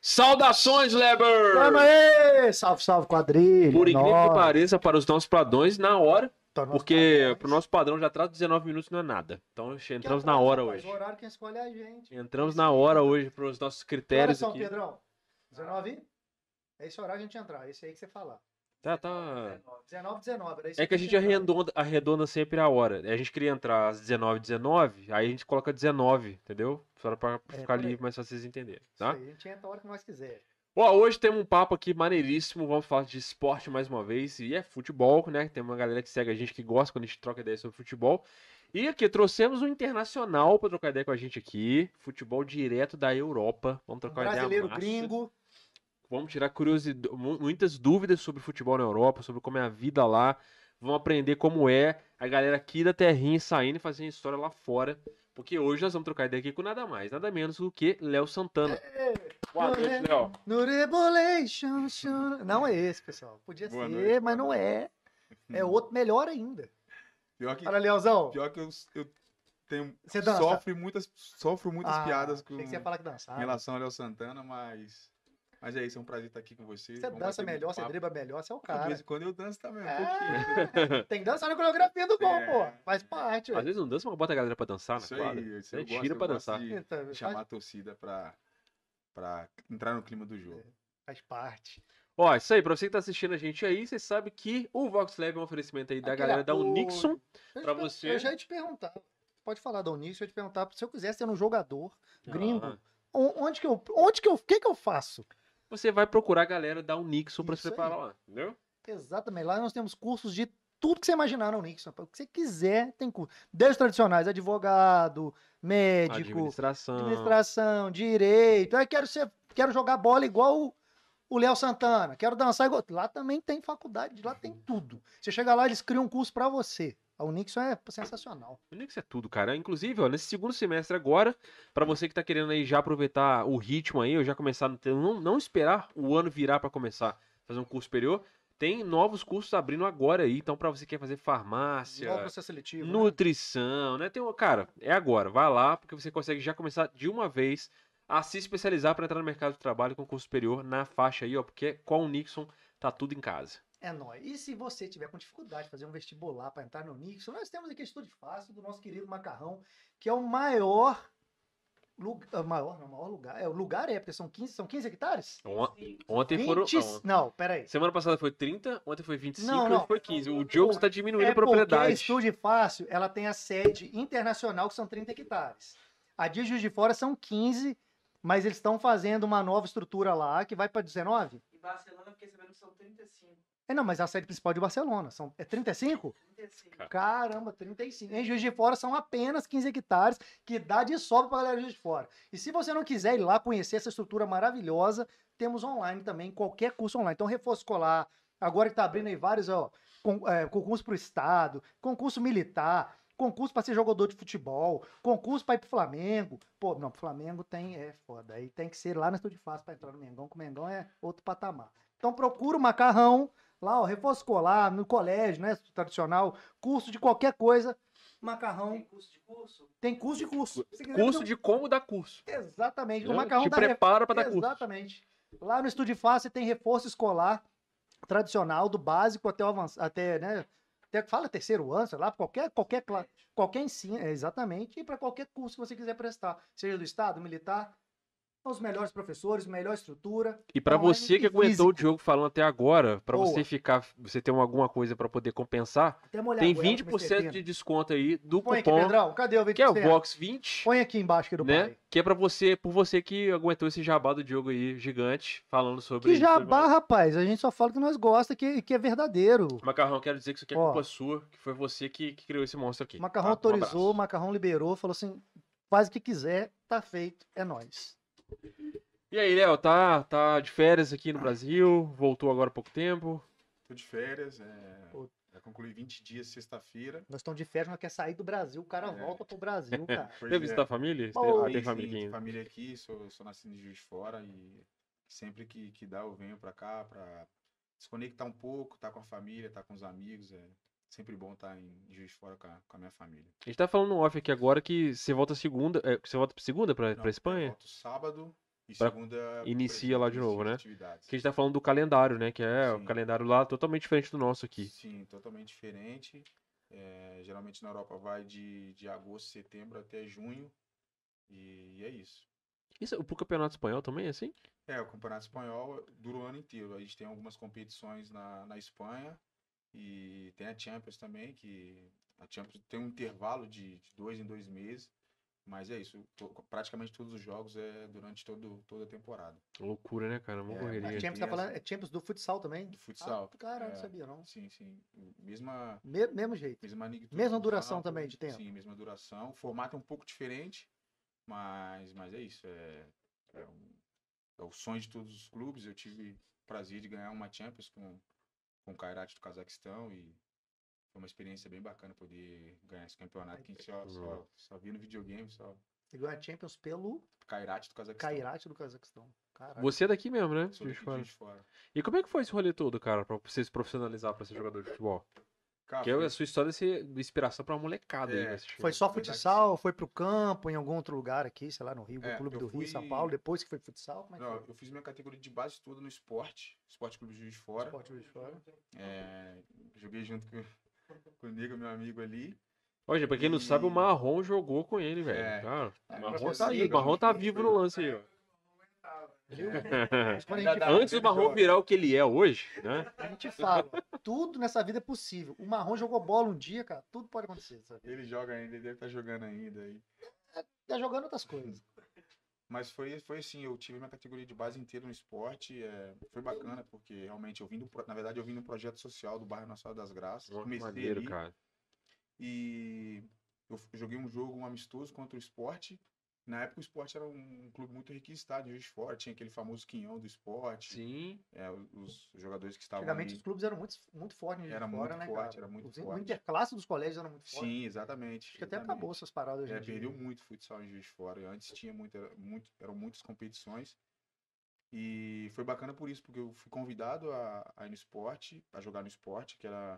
Saudações, Leber! Vamos aí! Salve, salve, quadrilha! Por incrível Nó. que pareça, para os nossos padrões, na hora, Tá nosso porque padrão. pro nosso padrão já traz 19 minutos não é nada. Então che- entramos na hora Rapaz, hoje. O horário quem escolhe é a gente. Entramos na hora hoje pros nossos Que horas critérios são, aqui. Pedrão? 19? É esse horário a gente entrar, é esse aí que você falar. Tá, tá. 19, 19. era isso É que a gente entrar. arredonda, arredonda sempre a hora. A gente queria entrar às 19 19 aí a gente coloca 19, entendeu? Só pra É, ficar por aí. livre, mas só vocês entenderem, Isso tá? aí, A gente entra a hora que nós quiser. Ó, hoje temos um papo aqui maneiríssimo, vamos falar de esporte mais uma vez, e é futebol, né? Tem uma galera que segue a gente que gosta quando a gente troca ideia sobre futebol. E aqui, trouxemos um internacional pra trocar ideia com a gente aqui, futebol direto da Europa. Vamos trocar uma Um Brasileiro ideia massa. gringo. Vamos tirar curiosidade, muitas dúvidas sobre futebol na Europa, sobre como é a vida lá. Vamos aprender como é a galera aqui da terrinha saindo e fazendo história lá fora. Porque hoje nós vamos trocar ideia aqui com nada mais, nada menos do que Léo Santana. É, Boa né? noite, Léo. No Revolution. show- Não é esse, pessoal. Podia Boa ser, noite, mas não é. É Hum. outro melhor ainda. Pior que, Olha, Leozão. pior que eu, eu tenho. Você dança? Sofre muitas, sofro muitas Ah, piadas com, achei que você ia falar que dançava. em relação ao Léo Santana, mas. Mas é isso, é um prazer estar aqui com você. Você Vamos dança bater melhor, muito você papo. dribla melhor, você é o De cara. vez em quando eu danço também, um É. pouquinho. Tem que dançar na coreografia do gol, É. pô. Faz parte, Às ué. vezes não dança, mas bota a galera pra dançar Isso na quadra. aí, isso Né? eu gosto, Tira eu pra gosto dançar. de Então, faz- chamar a torcida pra, pra entrar no clima do É. jogo. Faz parte. Ó, isso aí, pra você que tá assistindo a gente aí, você sabe que o Vox Lab é um oferecimento aí da Aquele galera da apoio. Unixon. Pra Eu te per- você- Eu já ia te perguntar. Pode falar da Unis, eu ia te perguntar. Se eu quisesse ser um jogador gringo, Ah, o- onde que eu. Onde que eu. O que que eu faço? você vai procurar a galera da Unixon pra se Isso aí. preparar lá, entendeu? Exatamente. Lá nós temos cursos de tudo que você imaginar na Unix. rapaz. O que você quiser tem curso. Desde os tradicionais, advogado, médico, Administração. administração, direito. Eu quero ser, quero jogar bola igual o- o Léo Santana, quero dançar igual. Lá também tem faculdade, lá tem tudo. Você chega lá, eles criam um curso pra você. A Unix é sensacional. O Unix é tudo, cara. Inclusive, ó, nesse segundo semestre agora, pra você que tá querendo aí já aproveitar o ritmo aí, ou já começar, no- não, não esperar o ano virar pra começar fazer um curso superior, tem novos cursos abrindo agora aí. Então, pra você que quer fazer farmácia, Igual o processo seletivo. né? Nutrição, né? Tem uma, cara, é agora. Vai lá, porque você consegue já começar de uma vez a se especializar para entrar no mercado de trabalho com curso superior na faixa aí, ó, porque com o Nixon tá tudo em casa. É nóis. E se você tiver com dificuldade de fazer um vestibular para entrar no Nixon, nós temos aqui estudo fácil do nosso querido Macarrão, que é o maior lugar. Maior, não, maior lugar. É, o lugar é, porque são 15, são 15 hectares? On- ontem foram. 20 não, Não, peraí. semana passada foi 30, ontem foi 25 Não, não. e foi 15. O Diogo está diminuindo É a porque a propriedade. Estúdio Fácil, ela tem a sede internacional, que são 30 hectares. A de Juiz de Fora são 15, mas eles estão fazendo uma nova estrutura lá, que vai para 19? E Barcelona, fiquei sabendo que são 35. É, não, mas a sede principal é de Barcelona. São, é 35? 35. Cara. Caramba, 35. Em Juiz de Fora são apenas 15 hectares, que dá de sobra para galera de Juiz de Fora. E se você não quiser ir lá conhecer essa estrutura maravilhosa, temos online também, qualquer curso online. Então, reforço escolar, agora que tá abrindo aí vários, ó, con- é, concurso para o Estado, concurso militar, concurso para ser jogador de futebol, concurso para ir pro Flamengo. Pô, não, pro Flamengo tem, é foda. Aí tem que ser lá na Estúdio Fácil para entrar no Mengão, que o Mengão é outro patamar. Então, procura o Macarrão, lá, ó, reforço escolar, no colégio, né, tradicional, curso de qualquer coisa, macarrão Tem curso de curso? tem curso de curso. Se quiser Curso fazer de como dar curso. é um- Exatamente. O né? macarrão Te da Ref- prepara para dar curso. Exatamente. Lá no Estúdio Fácil tem reforço escolar tradicional, do básico até o avançado, até, né? Até, fala terceiro ano, sei lá, qualquer, qualquer, cla- qualquer ensino, é, exatamente, e para qualquer curso que você quiser prestar, seja do Estado, militar, os melhores professores, melhor estrutura. E pra Online você que e aguentou físico. o Diogo falando até agora, pra Boa. você ficar, você ter um, alguma coisa pra poder compensar, Até molhar tem a goela, Mr. 20% Pino. de desconto aí do Põe aqui, cupom Pedrão, cadê o 20%? que é o Vox 20, Põe aqui embaixo aqui do né? pai. Que é pra você, por você que aguentou esse jabá do Diogo aí, gigante, falando sobre Que isso, jabá, sobre- rapaz, a gente só fala que nós gosta, que, que é verdadeiro. Macarrão, quero dizer que isso aqui é Ó. culpa sua, que foi você que, que criou esse monstro aqui. O Macarrão Ah, tá? Um autorizou, o abraço. Macarrão liberou, falou assim: faz o que quiser, tá feito, é nóis. E aí, Léo, tá, tá de férias aqui no Brasil, voltou agora há pouco tempo. Tô de férias, é, Pô. já concluí 20 dias sexta-feira. Nós estamos de férias, nós quer sair do Brasil, o cara É. volta pro Brasil, cara. Pois Tem é. visita a família? Pô. ah, tem Sim, família aqui sim, ainda. família aqui, sou, sou nascido em Juiz de Fora e sempre que, que dá eu venho pra cá pra desconectar um pouco, tá com a família, tá com os amigos, é sempre bom estar em Juiz de Fora com a, com a minha família. A gente tá falando no off aqui agora que você volta segunda, é, que você volta segunda pra, Não, pra eu Espanha? volto sábado E Pra- segunda. inicia lá de novo, né? Atividades. Que a gente tá falando do calendário, né? Que é o Sim. calendário lá totalmente diferente do nosso aqui. Sim, totalmente diferente. É, geralmente na Europa vai de, de agosto, setembro até junho. E, é isso. Isso, pro campeonato espanhol também é assim? É, o Campeonato Espanhol dura o ano inteiro. A gente tem algumas competições na, na Espanha e tem a Champions também, que a Champions tem um intervalo de, de dois em dois meses. Mas é isso, to- praticamente todos os jogos é durante todo, toda a temporada. Loucura, né, cara? Uma É, correria. A mas- Champions tá falando, é Champions do futsal também? Do futsal. Ah, cara, eu não É. sabia não. Sim, sim. Mesma, Me- mesmo jeito. Mesma magnitude Mesma do duração campo, também de tempo? Sim, mesma duração. O formato é um pouco diferente, mas, mas é isso. É, é, um- é o sonho de todos os clubes. Eu tive o prazer de ganhar uma Champions com, com o Kairat do Cazaquistão e foi uma experiência bem bacana poder ganhar esse campeonato que a gente só, só, só via no videogame, só Ele ganhou a Champions pelo Kairat do Cazaquistão. Kairat do Cazaquistão. Caraca. Você é daqui mesmo, né? Tá. Sou Juiz daqui de fora. Juiz de fora. E como é que foi esse rolê todo, cara, pra você se profissionalizar pra ser jogador de futebol? Cara, Porque a Ah, foi- sua história é ser de inspiração pra uma molecada aí, né, É, nesse time. Foi só Verdade que futsal, foi pro campo, em algum outro lugar aqui, sei lá, no Rio, É, no Clube eu do Rio, São fui- Paulo, depois que foi futsal, como é que Não, foi? eu fiz minha categoria de base toda no esporte, Esporte Clube Juiz de Fora. Esporte Juiz de Fora. É, joguei junto com, com o Nego, meu amigo ali. Olha, pra quem não sabe, o E- Marrom jogou com ele, velho. É. Cara, É, o Marrom mas tá você aí, lembra, o Marrom né? tá Foi- vivo no lance aí. ó. né? Viu? Mas quando a Ainda gente, dá. Antes do ele Marrom joga. virar o que ele é hoje, né? a gente fala, ó, tudo nessa vida é possível. O Marrom jogou bola um dia, cara, tudo pode acontecer. Sabe? Ele joga ainda, ele deve estar jogando ainda. aí. Tá jogando outras Uhum. coisas. Mas foi, foi assim, eu tive minha categoria de base inteira no esporte. é, foi bacana, porque realmente eu vim do, pro- Na verdade, eu vim de um projeto social do bairro Nacional das Graças. Nossa, que comecei maneiro, ali cara. E eu f- joguei um jogo, um amistoso contra o esporte. Na época o esporte era um, clube muito requisitado, em Juiz de Fora, tinha aquele famoso quinhão do esporte. Sim. é, os os jogadores que estavam Antigamente ali. os clubes eram muito, muito fortes de Era fora, muito né, forte, cara? era muito Os- O forte. interclasse dos colégios era muito forte. Sim, exatamente. Acho que até exatamente. acabou essas paradas hoje É, em dia. perdeu muito futsal em Juiz de Fora. Eu Antes tinha muita, muito, eram muitas competições. E foi bacana por isso, porque eu fui convidado a, a ir no esporte, a jogar no esporte, que era,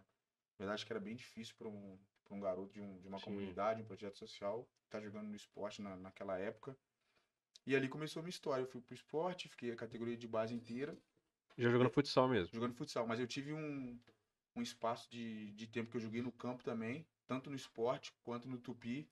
na verdade, que era bem difícil para um, pra um garoto de, um- de uma Sim. comunidade, um projeto social, estar jogando no esporte na, naquela época. E ali começou a minha história. Eu fui pro esporte, fiquei a categoria de base inteira, Já jogando futsal mesmo. jogando futsal. Mas eu tive um, um espaço de, de tempo que eu joguei no campo também, tanto no esporte quanto no tupi.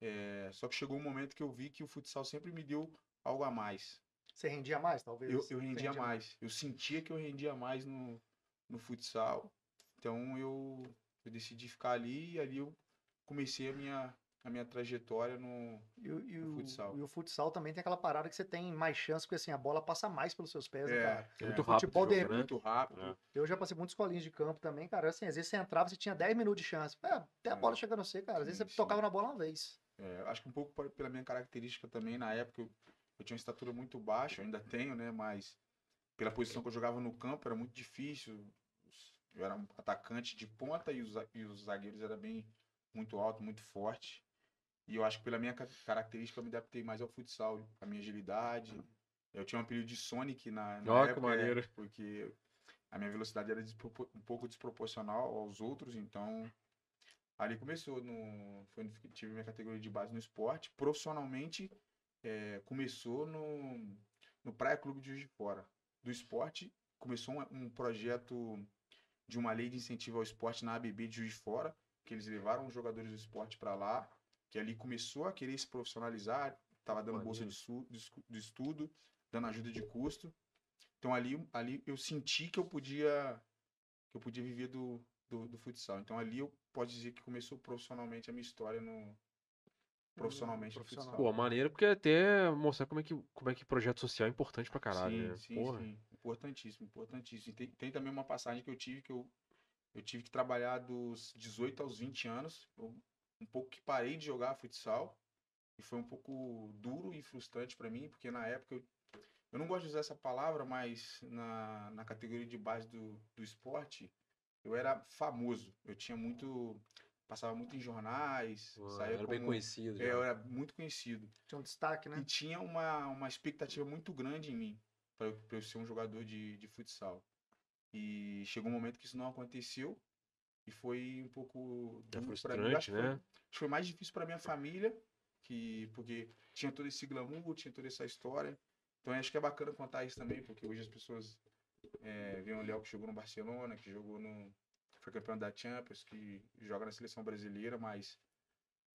É, só que chegou um momento que eu vi que o futsal sempre me deu algo a mais. Você rendia mais, talvez? Eu, Você eu rendia mais. Eu sentia que eu rendia mais no, no futsal. Então eu, eu decidi ficar ali e ali eu comecei a minha, a minha trajetória no. E, o- e No o, futsal. e o futsal também tem aquela parada que você tem mais chance, porque assim, a bola passa mais pelos seus pés, né, cara? É muito rápido é, futebol o jogo, de- né? muito rápido. É. Eu já passei muitas escolinhas de campo também, cara. Assim, às vezes você entrava, você tinha 10 minutos de chance. É, até a É. bola chegando a você, cara. Às vezes Sim, você sim. tocava na bola uma vez. É, eu acho que um pouco por- pela minha característica também, na época eu, eu tinha uma estatura muito baixa, eu ainda tenho, né? Mas pela posição que eu jogava no campo era muito difícil. Os- Eu era um atacante de ponta e os, za- e os zagueiros eram bem muito alto, muito forte. E eu acho que pela minha ca- característica eu me adaptei mais ao futsal, a minha agilidade. Eu tinha um apelido de Sonic na, na Ó, que época, maneiro. é, porque a minha velocidade era despropor- um pouco desproporcional aos outros, então ali começou no foi no- tive minha categoria de base no esporte profissionalmente é, começou no no Praia Clube de Juiz de Fora do esporte começou um, um projeto de uma lei de incentivo ao esporte na ABB de Juiz de Fora que eles levaram os jogadores do esporte para lá que ali começou a querer se profissionalizar estava dando bolsa de, su- de escu- de estudo dando ajuda de custo então ali ali eu senti que eu podia que eu podia viver do, do, do futsal. Então ali eu posso dizer que começou profissionalmente a minha história no profissionalmente no profissional. Pô, futsal. maneiro, porque até mostrar como é que, como é que projeto social é importante pra caralho, sim, né? sim, Porra. sim. Importantíssimo, importantíssimo. E tem, tem também uma passagem que eu tive que eu eu tive que trabalhar dos 18 aos 20 anos, eu, um pouco que parei de jogar futsal e foi um pouco duro e frustrante pra mim, porque na época eu, eu não gosto de usar essa palavra, mas na, na categoria de base do, do esporte, eu era famoso. Eu tinha muito passava muito em jornais, Pô, saía era bem como- conhecido. é, já. eu era muito conhecido. Tinha um destaque, né? E tinha uma, uma expectativa muito grande em mim para eu, pra eu ser um jogador de, de futsal. E chegou um momento que isso não aconteceu e foi um pouco É duro pra frustrante, Acho que foi- né? acho que foi mais difícil para minha família, que porque tinha todo esse glamour, tinha toda essa história. Então acho que é bacana contar isso também, porque hoje as pessoas é, veem o Léo que jogou no Barcelona, que jogou no. Foi campeão da Champions, que joga na seleção brasileira, mas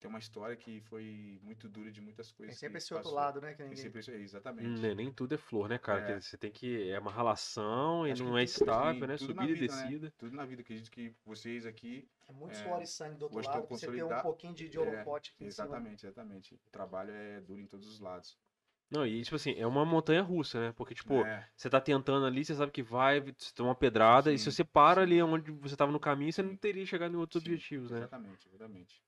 tem uma história que foi muito dura de muitas coisas. Tem sempre que esse outro passou. lado, né? Que Tem ninguém... sempre esse- é, exatamente. Nem, nem tudo é flor, né, cara? É. Que você tem que. É uma relação e Acho que não é tudo, assim, estável, né? tudo na Subida e vida, né? descida. Tudo na vida, acredito que vocês aqui. É muito É, suor e sangue do outro hoje lado, tô pra você ter um consolidado. pouquinho de, de É, holofote aqui em cima. Exatamente, exatamente. O trabalho é duro em todos os lados. Não, e tipo assim, é uma montanha russa, né? Porque, tipo, É, você tá tentando ali, você sabe que vai, você toma uma pedrada, e se Sim. você para ali onde você tava no caminho, você não Sim. teria chegado em outros Sim, objetivos, né? Exatamente, exatamente.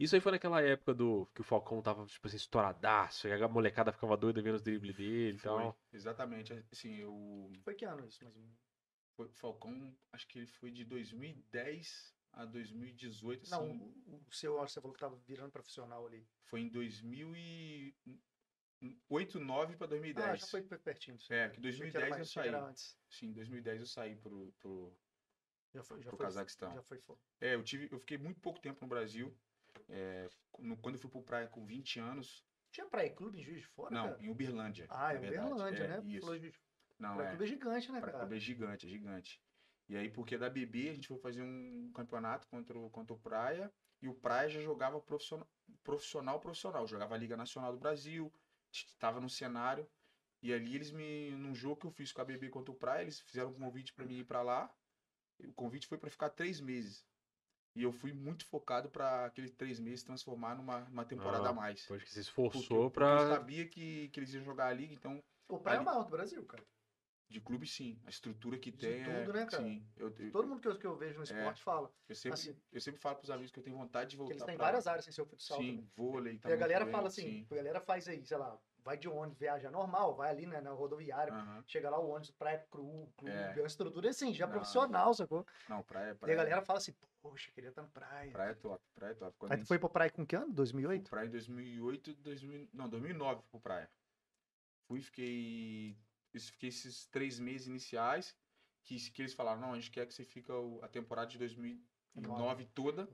Isso aí foi naquela época do que o Falcão tava, tipo assim, estouradaço, e a molecada ficava doida vendo os dribles dele e Então, tal. Foi, exatamente. Assim, eu. Foi que ano isso, mais ou menos? foi- Falcão, acho que ele foi de 2010 a 2018. Assim, Não, o, o seu, você falou que tava virando profissional ali. Foi em 2008, 9 para Ah, 2010. já foi per- pertinho. disso. É, que Achei que era 2010 mais- eu achei que era saí. antes. Sim, em 2010 eu saí pro, pro, Já foi, já pro foi, Cazaquistão. Já foi, foi. É, eu tive, eu fiquei muito pouco tempo no Brasil. É, no- quando eu fui pro praia com 20 anos, Tinha praia e clube em Juiz de Fora, não, cara? em Uberlândia. Ah, é na verdade. Uberlândia, É, né? Isso. Falou Juiz de Não, Praia é. clube é gigante, né, Pra cara? Clube é gigante, é gigante. E aí, porque da BB, a gente foi fazer um campeonato contra o, contra o Praia, e o Praia já jogava profissional, profissional, profissional. Jogava a Liga Nacional do Brasil, estava no cenário. E ali eles me, num jogo que eu fiz com a BB contra o Praia, eles fizeram um convite pra mim ir pra lá. E O convite foi pra ficar três meses. E eu fui muito focado pra aqueles três meses transformar numa, numa temporada Ah, a mais. Depois que se Porque- esforçou porque eu pra. sabia que, que eles iam jogar a Liga, então O praia é o Ali- maior do Brasil, cara. de clube, sim. A estrutura que De tem. é- tudo, né, cara? Sim. Eu, eu, Todo mundo que eu, que eu É. vejo no esporte fala eu sempre, assim- eu sempre falo pros amigos que eu tenho vontade de que voltar. eles têm pra- várias áreas sem ser o futsal Sim, também. vôlei tá E a muito galera bem, fala assim, sim. a galera faz aí, sei lá, vai de ônibus, viaja normal, vai ali né, na rodoviária, Aham. chega lá o ônibus, praia cru, clube, É. é uma estrutura assim, já Não. profissional, sacou? Não, praia, é E praia. a galera fala assim, poxa, queria estar na praia. Praia é top, praia é top. Quando a Aí tu gente foi pra praia com que ano? fui 2008? praia em 2008, 2000, não, 2009 pro praia. Fui, fiquei, eu fiquei esses três meses iniciais que, que eles falaram, não, a gente quer que você fica o- a temporada de 2009 toda.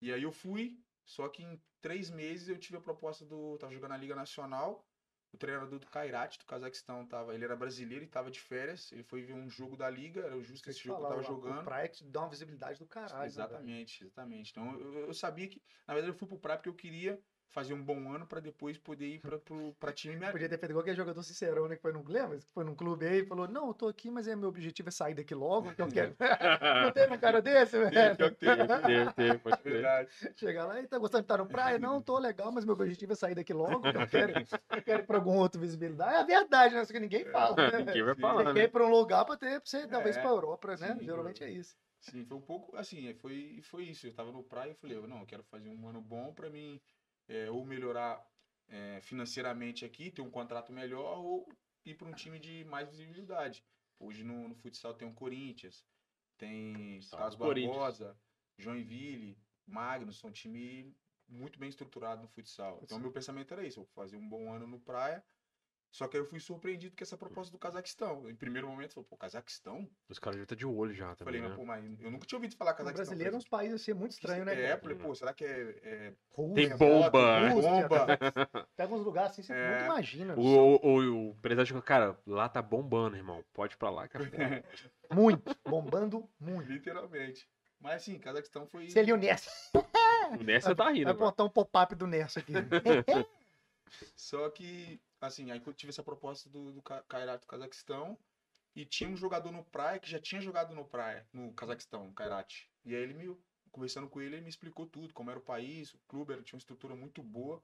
E aí eu fui, só que em três meses eu tive a proposta do, tava jogando na Liga Nacional, o treinador do Kairat, do Cazaquistão, tava, ele era brasileiro e tava de férias, ele foi ver um jogo da Liga, era justo Deixa eu esse te jogo que eu falar, tava o- O jogando. praia que te dá uma visibilidade do caralho. né, velho? Exatamente, exatamente. Então eu, eu- eu sabia que, na verdade, eu fui pro Praia porque eu queria fazer um bom ano pra depois poder ir pra, pro, pra time me Podia ter feito igual aquele jogador Cicerão, né? Que foi num, lembra? Que Foi num clube aí e falou: Não, eu tô aqui, mas é meu objetivo é sair daqui logo. Que eu quero. Não teve um cara desse, velho? Teve, teve, teve, pode crer. Verdade. Chegar lá e tá gostando de estar no praia? Não, tô legal, mas meu objetivo é sair daqui logo. Que eu quero, eu quero ir pra algum outro visibilidade. É verdade, né? Isso que ninguém fala. Né? Ninguém vai Sim. falar, Você quer né? ir pra um lugar pra ter, pra você, talvez É, pra Europa, né? sim. Geralmente é isso. Sim, foi um pouco assim, foi, foi isso. Eu tava no Praia e falei, eu, não, eu quero fazer um ano bom pra mim é, ou melhorar é, financeiramente aqui, ter um contrato melhor ou ir pra um time de mais visibilidade. Hoje no, no futsal tem o Corinthians, tem Salve, Carlos Corinthians. Barbosa, Joinville, Magnus, são time muito bem estruturado no futsal. Então, Futsal. meu pensamento era isso: eu vou fazer um bom ano no praia. Só que aí eu fui surpreendido com essa proposta do Cazaquistão. Em primeiro momento, eu falei, pô, Cazaquistão? Os caras já estão de olho já Eu também. falei, mas, Né? pô, mas eu nunca tinha ouvido falar O Cazaquistão. brasileiro é uns países assim, muito estranho, né? É, cara? falei, pô, será que é. é Rússia, Tem bomba. né? é. Rússia, Bomba. Pega uns lugares assim, você É. nunca imagina. O, o, o, o empresário chegou, cara, lá tá bombando, irmão. Pode ir pra lá, cara. Muito. Bombando muito. literalmente. Mas assim, Cazaquistão foi. Você ali o Ness. Nessa tá rindo. É. Vai mano. botar um pop-up do Nerso aqui. Só que, assim, aí eu tive essa proposta do, do Ka- Kairat do Cazaquistão. E tinha um jogador no praia que já tinha jogado no praia, no Cazaquistão, no Kairat. E aí ele me. Conversando com ele, ele me explicou tudo, como era o país, o clube era, tinha uma estrutura muito boa.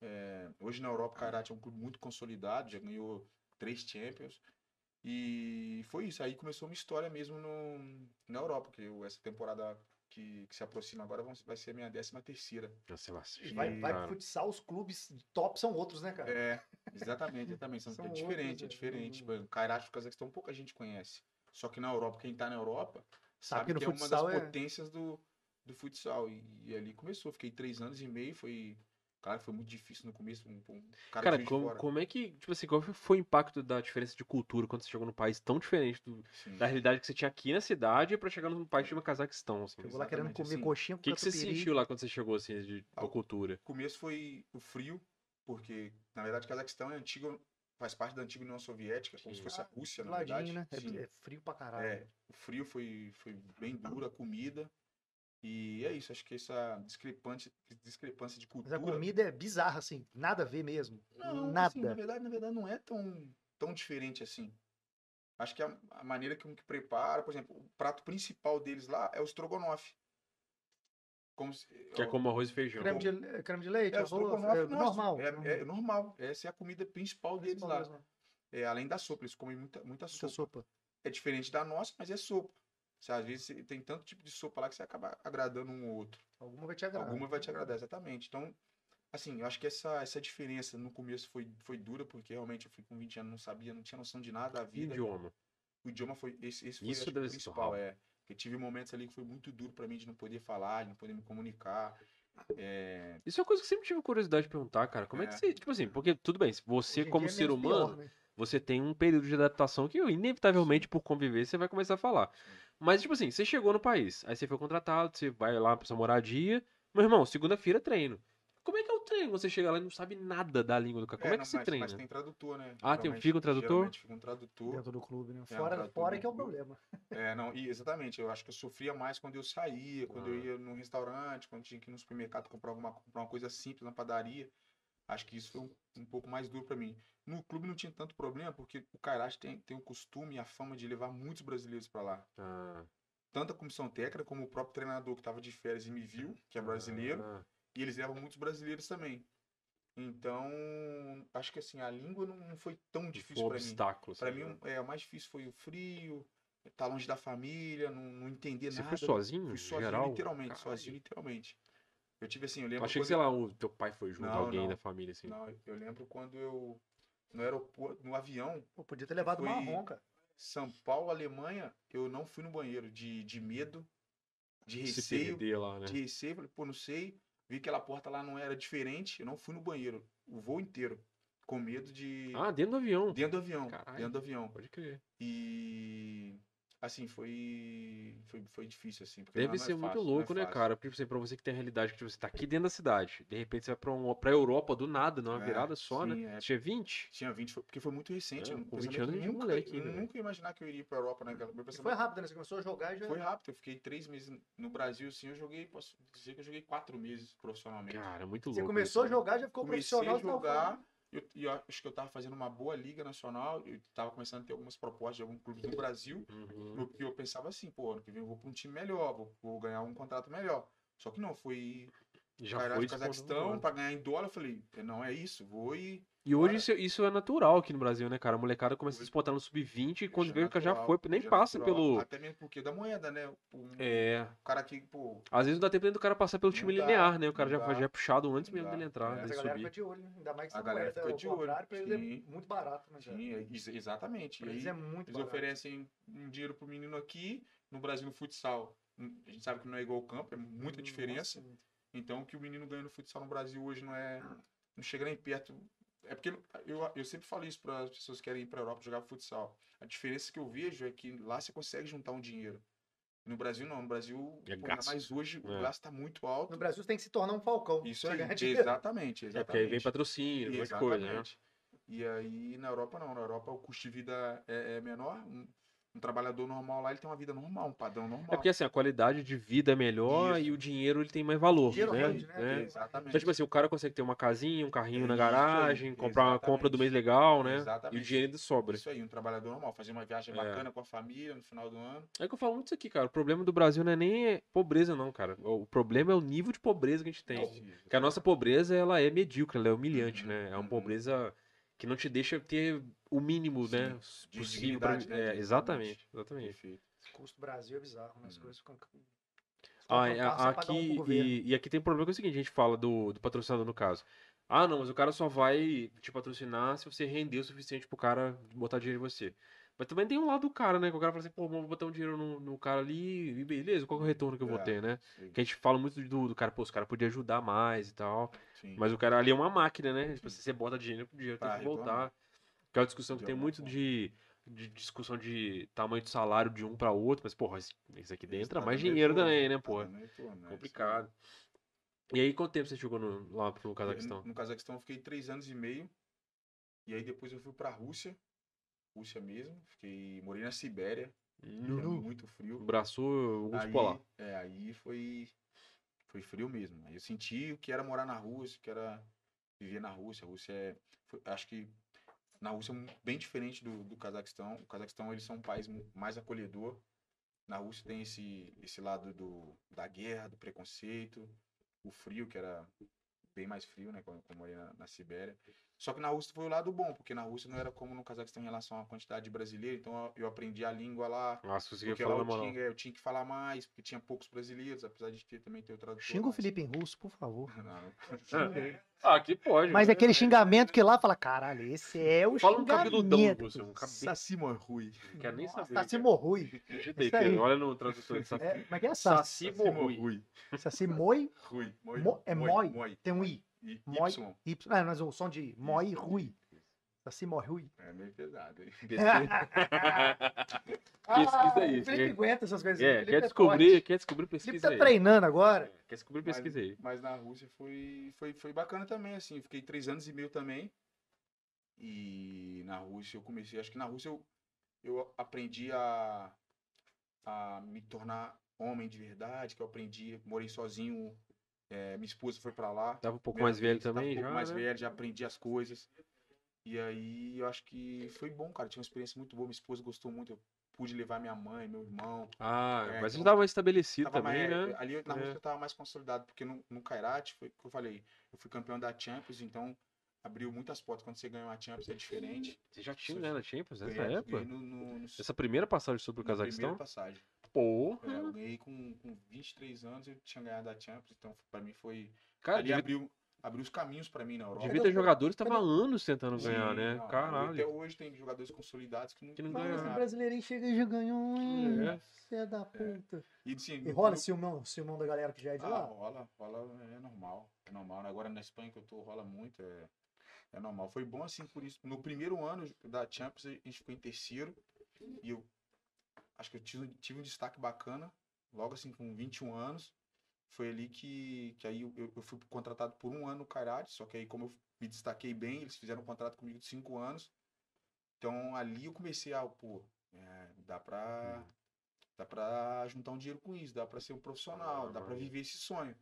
É, hoje na Europa o Kairat é um clube muito consolidado, já ganhou três Champions. E foi isso, aí começou uma história mesmo no, na Europa, que eu- essa temporada que, que se aproxima agora vão- vai ser a minha décima terceira. Nossa, eu assisti, Vai, vai pro cara. futsal, os clubes top são outros, né, cara? É, exatamente, exatamente. São, São é outros, diferente, né? é diferente. Não- Tipo, Kairat do Cazaquistão pouca gente conhece. Só que na Europa, quem tá na Europa Sabe que sabe no que é uma das futsal é- potências do, do futsal. E, e ali começou. Fiquei três anos e meio, foi. Cara, foi muito difícil no começo. Um, um cara, Cara, de Juiz de como, fora. como é que, tipo assim, qual foi o impacto da diferença de cultura quando você chegou num país tão diferente do- Sim. da realidade que você tinha aqui na cidade pra chegar num país tipo Cazaquistão, assim? Chegou lá querendo exatamente, comer assim. coxinha com O que, que você catupiry. sentiu lá quando você chegou, assim, de, da Ah, o- cultura? O começo foi o frio, porque, na verdade, Cazaquistão é antiga faz parte da antiga União Soviética, como Sim. se fosse a Rússia, Do na verdade. ladinho, né? É- Sim. É, frio pra caralho. É, o frio foi, foi bem duro, a comida. E é isso, acho que essa discrepante, discrepância de Mas cultura. a comida é bizarra, assim. Nada a ver mesmo. Não, Nada. assim, na verdade, na verdade, não é tão, tão diferente assim. Acho que a, a maneira como que prepara, por exemplo, o prato principal deles lá é o estrogonofe. Como se- Que é como arroz e feijão. creme, de, é creme de leite, É, o arroz, estrogonofe é nosso, normal. É, normal. é normal. Essa é a comida principal deles Normal, lá. normal. É, além da sopa, eles comem muita, muita Essa sopa. sopa. É diferente da nossa, mas é sopa. Você, às vezes você- tem tanto tipo de sopa lá que você acaba agradando um ou outro. Alguma vai te Ah, agradar. Alguma vai te agradar, exatamente. Então, assim, eu acho que essa, essa diferença no começo foi, foi dura, porque realmente eu fui com 20 anos, não sabia, não tinha noção de nada da vida. Idioma. O idioma foi. Esse, esse foi Isso acho que, o deve ser principal, surreal. é. Porque tive momentos ali que foi muito duro pra mim de não poder falar, de não poder me comunicar. Isso é uma coisa que eu sempre tive curiosidade de perguntar, cara. Como é, que É. você. Tipo assim, porque tudo bem, se você, Hoje em como dia é ser menos pior, humano, né? você tem um período de adaptação que, inevitavelmente, por conviver, você vai começar a falar. Mas, tipo assim, você chegou no país, aí você foi contratado, você vai lá pra sua moradia. Meu irmão, segunda-feira é treino. Como é que é o treino? Você chega lá e não sabe nada da língua do cara. Como é, não, que se mas, treina? Mas tem tradutor, né? Ah, tem- Geralmente- fica um tradutor? geralmente fica um tradutor. Dentro do clube, né? É, Fora, tradutor fora do que é o clube. problema. É, não, e exatamente. Eu acho que eu sofria mais quando eu saía, quando eu Ah. ia num restaurante, quando tinha que ir no supermercado comprar alguma comprar uma coisa simples na padaria. Acho que isso foi um, um pouco mais duro pra mim. No clube não tinha tanto problema, porque o Kairat tem, tem o costume e a fama de levar muitos brasileiros pra lá. Ah, Tanto a comissão técnica como o próprio treinador que tava de férias e me viu, que é brasileiro, ah. e eles levam muitos brasileiros também. Então, acho que assim, a língua não, não foi tão Foi difícil um pra mim. obstáculo. Pra sabe? mim, o- é, o mais difícil foi o frio, estar longe da família, não, não entender Você nada. foi sozinho? Fui sozinho, geral? literalmente, Caralho. sozinho, literalmente. Eu tive assim, eu Eu lembro. achei que, sei quando- lá, o teu pai foi junto, Não, alguém não. da família, assim. Não, eu lembro quando eu. No aeroporto, no avião, Pô, podia ter levado Foi- uma ronca. São Paulo, Alemanha, eu não fui no banheiro de, de medo, de Se receio, perder lá, né? de receio. Falei, pô, não sei. Vi que aquela porta lá não era diferente, eu não fui no banheiro o voo inteiro, com medo de. Ah, dentro do avião. dentro do avião, Caralho. dentro do avião. Pode crer. E assim, foi. Foi, foi difícil, assim. Porque Deve não- não é ser muito fácil, não é louco, né, fácil. cara? Porque, assim, pra você que tem a realidade que tipo, você tá aqui dentro da cidade, de repente você vai pra, um, pra Europa do nada, numa É, virada só, sim, né? é. Tinha 20? Tinha 20, foi- porque foi muito recente. É, eu com pensava 20 anos que a gente é nunca, moleque eu ainda, né? nunca ia imaginar que eu iria pra Europa naquela. Eu E pensava- foi rápido, né? Você começou a jogar e já. Foi rápido, eu fiquei três meses no Brasil, assim, eu joguei, posso dizer que eu joguei quatro meses profissionalmente. Cara, muito louco. Você começou a isso. né? jogar, já ficou Comecei profissional. tá a de tal jogar, forma. eu- e eu, acho que eu tava fazendo uma boa liga nacional, eu tava começando a ter algumas propostas de algum clube do Brasil, Uhum. no que eu pensava assim, pô, ano que vem eu vou pra um time melhor, vou, vou ganhar um contrato melhor. Só que não, foi Já Kairat foi né? do Cazaquistão despontando. pra ganhar em dólar. Eu falei, não é isso, vou e. E hoje Cara. isso, isso é natural aqui no Brasil, né, cara? A molecada começa a Hoje- despontar no sub-20 e quando Hoje é vê o cara já natural, foi, nem hoje é passa natural. pelo. Até mesmo porque da moeda, né? O É. cara que, pô, Às vezes não dá tempo nem do cara passar pelo Não time dá, linear, né? O não cara já, dá, já é puxado antes não mesmo dá. dele entrar, É, né? Mas a Dele galera subir. fica de olho, né? Ainda mais que A essa galera moeda fica ao de olho, contrário, pra eles sim. é muito barato, né? cara? sim, é- ex- exatamente. Pra E eles aí, é muito eles barato. oferecem um dinheiro pro menino aqui, no Brasil, no futsal. hum, A gente sabe que não é igual ao campo, é muita Nossa, diferença. muito. Então, o que o menino ganha no futsal no Brasil hoje não é. Não chega nem perto. É porque eu, eu sempre falo isso para as pessoas que querem ir para a Europa jogar futsal. A diferença que eu vejo é que lá você consegue juntar um dinheiro. No Brasil, não. No Brasil, É pô, gasto. mas hoje É. o gasto está muito alto. No Brasil você tem que se tornar um falcão. Isso pra aí, ganhar dinheiro. exatamente, exatamente. É porque aí vem patrocínio, um monte de coisa, né? Exatamente. E aí na Europa não, na Europa o custo de vida é, é menor, um, um trabalhador normal lá ele tem uma vida normal, um padrão normal. É porque assim, a qualidade de vida é melhor Isso. e o dinheiro ele tem mais valor, Dinheiro né? rende, né? Né? Exatamente. Então, tipo assim, o cara consegue ter uma casinha, um carrinho na Isso aí, garagem, comprar uma compra do mês legal, né? Exatamente. E o dinheiro ainda sobra. Isso aí, um trabalhador normal, fazer uma viagem É. bacana com a família no final do ano. É que eu falo muito isso aqui, cara. O problema do Brasil não é nem pobreza, não, cara. O problema é o nível de pobreza que a gente tem. Porque a nossa pobreza, ela é medíocre, ela é humilhante, Uhum, né? É uma uhum. pobreza que não te deixa ter o mínimo, né? Possível pra... dignidade, né? é, De- exatamente, exatamente. Perfeito. O custo do Brasil é bizarro, né? As Hum. coisas ficam. ficam Ah, um é, passo pra dar um pro aqui, governo. e, e aqui tem um problema que é o seguinte, a gente fala do, do patrocinador no caso. Ah, não, mas o cara só vai te patrocinar se você render o suficiente pro cara botar dinheiro em você. Mas também tem um lado do cara, né? Que o cara fala assim, pô, vou botar um dinheiro no, no cara ali e beleza, qual que é o retorno que eu vou É. ter, né? Sim, Que a gente fala muito do, do cara, pô, os cara podia ajudar mais e tal. sim. Mas o cara ali é uma máquina, né? Tipo, se você bota dinheiro, o dinheiro tem Pra que retornar. voltar. Que é uma discussão que De né? tem alguma muito forma. de, de discussão de tamanho de salário de um pra outro, mas, porra, esse- esse aqui Eles dentro entra tá mais dando dinheiro retorno, também, né, tá porra? dando retorno, né? Complicado. E aí, quanto tempo você chegou no- lá pro Cazaquistão? No Cazaquistão eu fiquei três anos e meio. E aí depois eu fui pra Rússia, Rússia mesmo, fiquei, morei na Sibéria, que é Uhum. muito frio. Abraçou o Augusto Aí, Polar. É, aí foi, foi frio mesmo. Aí eu senti o que era morar na Rússia, o que era viver na Rússia. A Rússia é, foi- acho que na Rússia é mu- bem diferente do, do Cazaquistão. O Cazaquistão, eles são um país mu- mais acolhedor. Na Rússia tem esse, esse lado do, da guerra, do preconceito, o frio, que era bem mais frio, né, quando quando eu morei na, na Sibéria. Só que na Rússia foi o lado bom, porque na Rússia não era como no Cazaquistão em relação à quantidade de brasileiro, então eu- eu aprendi a língua lá, Nossa, consegui porque lá falar na eu moral. tinha, eu tinha que falar mais, porque tinha poucos brasileiros, apesar de ter, também ter o tradutor. Xinga o mas- Felipe em russo, por favor. Não, não. Ah, aqui pode. Mas é né? aquele xingamento que lá fala, caralho, esse é o Fala um cabeludão, xingamento. você. Um cabelo. Saci é Rui. Não quero nem saber. Saci cara. Morrui. Digitei, Isso aí. Pedro. Olha no tradutor de Saci. É, como é que é Saci? Saci Morrui. Rui. Saci Moi, Rui. Moi. Mo- é moi? Moi. tem um I. E Moi. Y. Y, ah, mas o som de Moi e Rui. Saci Morrui. É meio pesado. hein? É. É, Pesquisa aí, Ah, O Felipe é. aguenta essas coisas. o É, Felipe quer forte. descobrir, quer descobrir, O Felipe pesquisa aí. tá É, treinando agora. Quer descobrir, pesquisa aí. Mas na Rússia foi, foi, foi bacana também, assim. eu Fiquei três anos e meio também. E na Rússia eu comecei. Acho que na Rússia eu, eu aprendi a, a me tornar homem de verdade, que eu aprendi, morei sozinho. eh, minha esposa foi pra lá. Tava um pouco Primeira mais velho vez, tava também um pouco já, mais né? velho, já aprendi as coisas. E aí eu acho que foi bom, cara. Tinha uma experiência muito boa. Minha esposa gostou muito. Eu pude levar minha mãe, meu irmão. Ah, É, mas a gente então, tava mais estabelecido Tava também, mais- né? Ali eu- na É. música eu tava mais consolidado, porque no, no Kairat, foi o que eu falei, eu fui campeão da Champions, então abriu muitas portas. Quando você ganhou a Champions é diferente. Você já tinha ganhado a Champions nessa Ganhei- época? ganhei no, no, no, Essa primeira passagem sobre o na primeira Cazaquistão? passagem. É, Porra! eu ganhei com, com 23 anos, eu tinha ganhado a Champions, então pra mim foi... Cara, ali devia, abriu, abriu os caminhos pra mim na Europa. devia ter jogadores que estavam há anos tentando Sim, ganhar, né? não, Até Caralho. hoje tem jogadores consolidados que não, Que não não ganham Mas ganha o nada. brasileirinho chega e já ganhou, hein? É. Cê é da puta. E assim, E rola ciúmão, ciúmão da galera que já é de Ah, lá. rola, rola, é normal. É normal. Agora na Espanha que eu tô, rola muito, é, é normal. Foi bom assim por isso. No primeiro ano da Champions, a gente ficou em terceiro. E eu acho que eu tive, tive um destaque bacana, logo assim com 21 anos. Foi ali que, que aí eu, eu- eu fui contratado por um ano no Karate, só que aí como eu me destaquei bem, eles fizeram um contrato comigo de cinco anos. Então ali eu comecei a, pô, é, dá Hum. pra, dá pra juntar um dinheiro com isso, dá pra ser um Ah, profissional, dá pra Aham. viver esse sonho.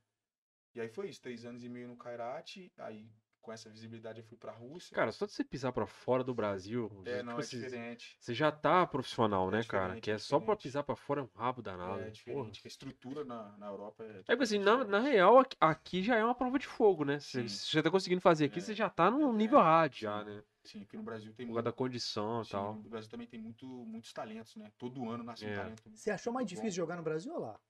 E aí foi isso, três anos e meio no Karate, aí com essa visibilidade eu fui pra Rússia. Cara, só de você pisar pra fora do Brasil, é, tipo não, é assim, diferente. você já tá profissional, É né, cara? diferente, Que é é só pra diferente. pisar pra fora é um rabo danado. é porra. diferente. A estrutura na, na Europa é. É porque assim, na, na diferente. real, aqui- aqui já é uma prova de fogo, né? Se Sim. se você tá conseguindo fazer aqui, É, você já tá num é, nível é, hard já, sim. né? Sim, aqui no Brasil tem Por causa da muito. condição e sim, tal. No Brasil também tem muito, muitos talentos, né? Todo ano nasce É. um talento. Você achou mais difícil Bom. jogar no Brasil ou lá?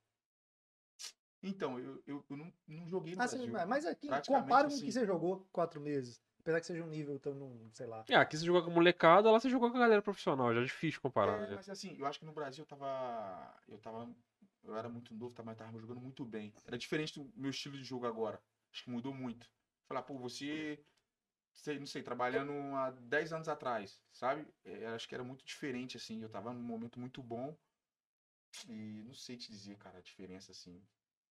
Então, eu, eu, eu não, não joguei no Ah, sim, Brasil. mas- mas aqui, Praticamente compara com o assim. que você jogou quatro meses. Apesar que seja um nível, então, num, sei lá. É, aqui você jogou com molecada, lá você jogou com a galera profissional, já é difícil comparar, É, né? mas assim, eu acho que no Brasil eu tava. Eu tava. Eu era muito novo, tava, tava jogando muito bem. Era diferente do meu estilo de jogo agora. Acho que mudou muito. Falar, pô, você. Sei, não sei, trabalhando há 10 anos atrás, sabe? É, eu acho que era muito diferente, assim. Eu tava num momento muito bom. E não sei te dizer, cara, a diferença, assim.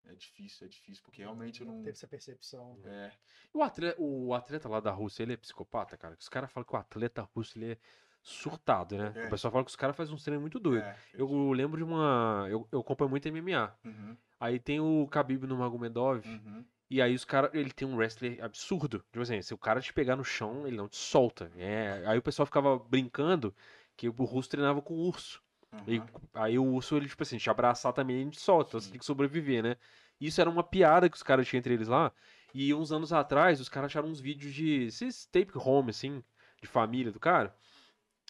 É difícil, é difícil, porque realmente eu não. Teve essa percepção. É, O atleta, o atleta lá da Rússia, ele é psicopata, cara. Os caras falam que o atleta russo, ele é surtado, né? É. O pessoal fala que os caras fazem um treino muito doido. é, Eu lembro de uma... Eu, eu acompanho muito MMA. Uhum, Aí tem o Khabib no Magomedov, uhum. e aí os caras... Ele tem um wrestler absurdo. Tipo assim, se o cara te pegar no chão, ele não te solta. É, aí o pessoal ficava brincando que o russo treinava com o urso. E aham. aí o urso, ele, tipo assim, te abraçar também, ele te solta. Então você Sim. tem que sobreviver, né? Isso era uma piada que os caras tinham entre eles lá. E uns anos atrás, os caras acharam uns vídeos de. Esses tape home, assim, de família do cara.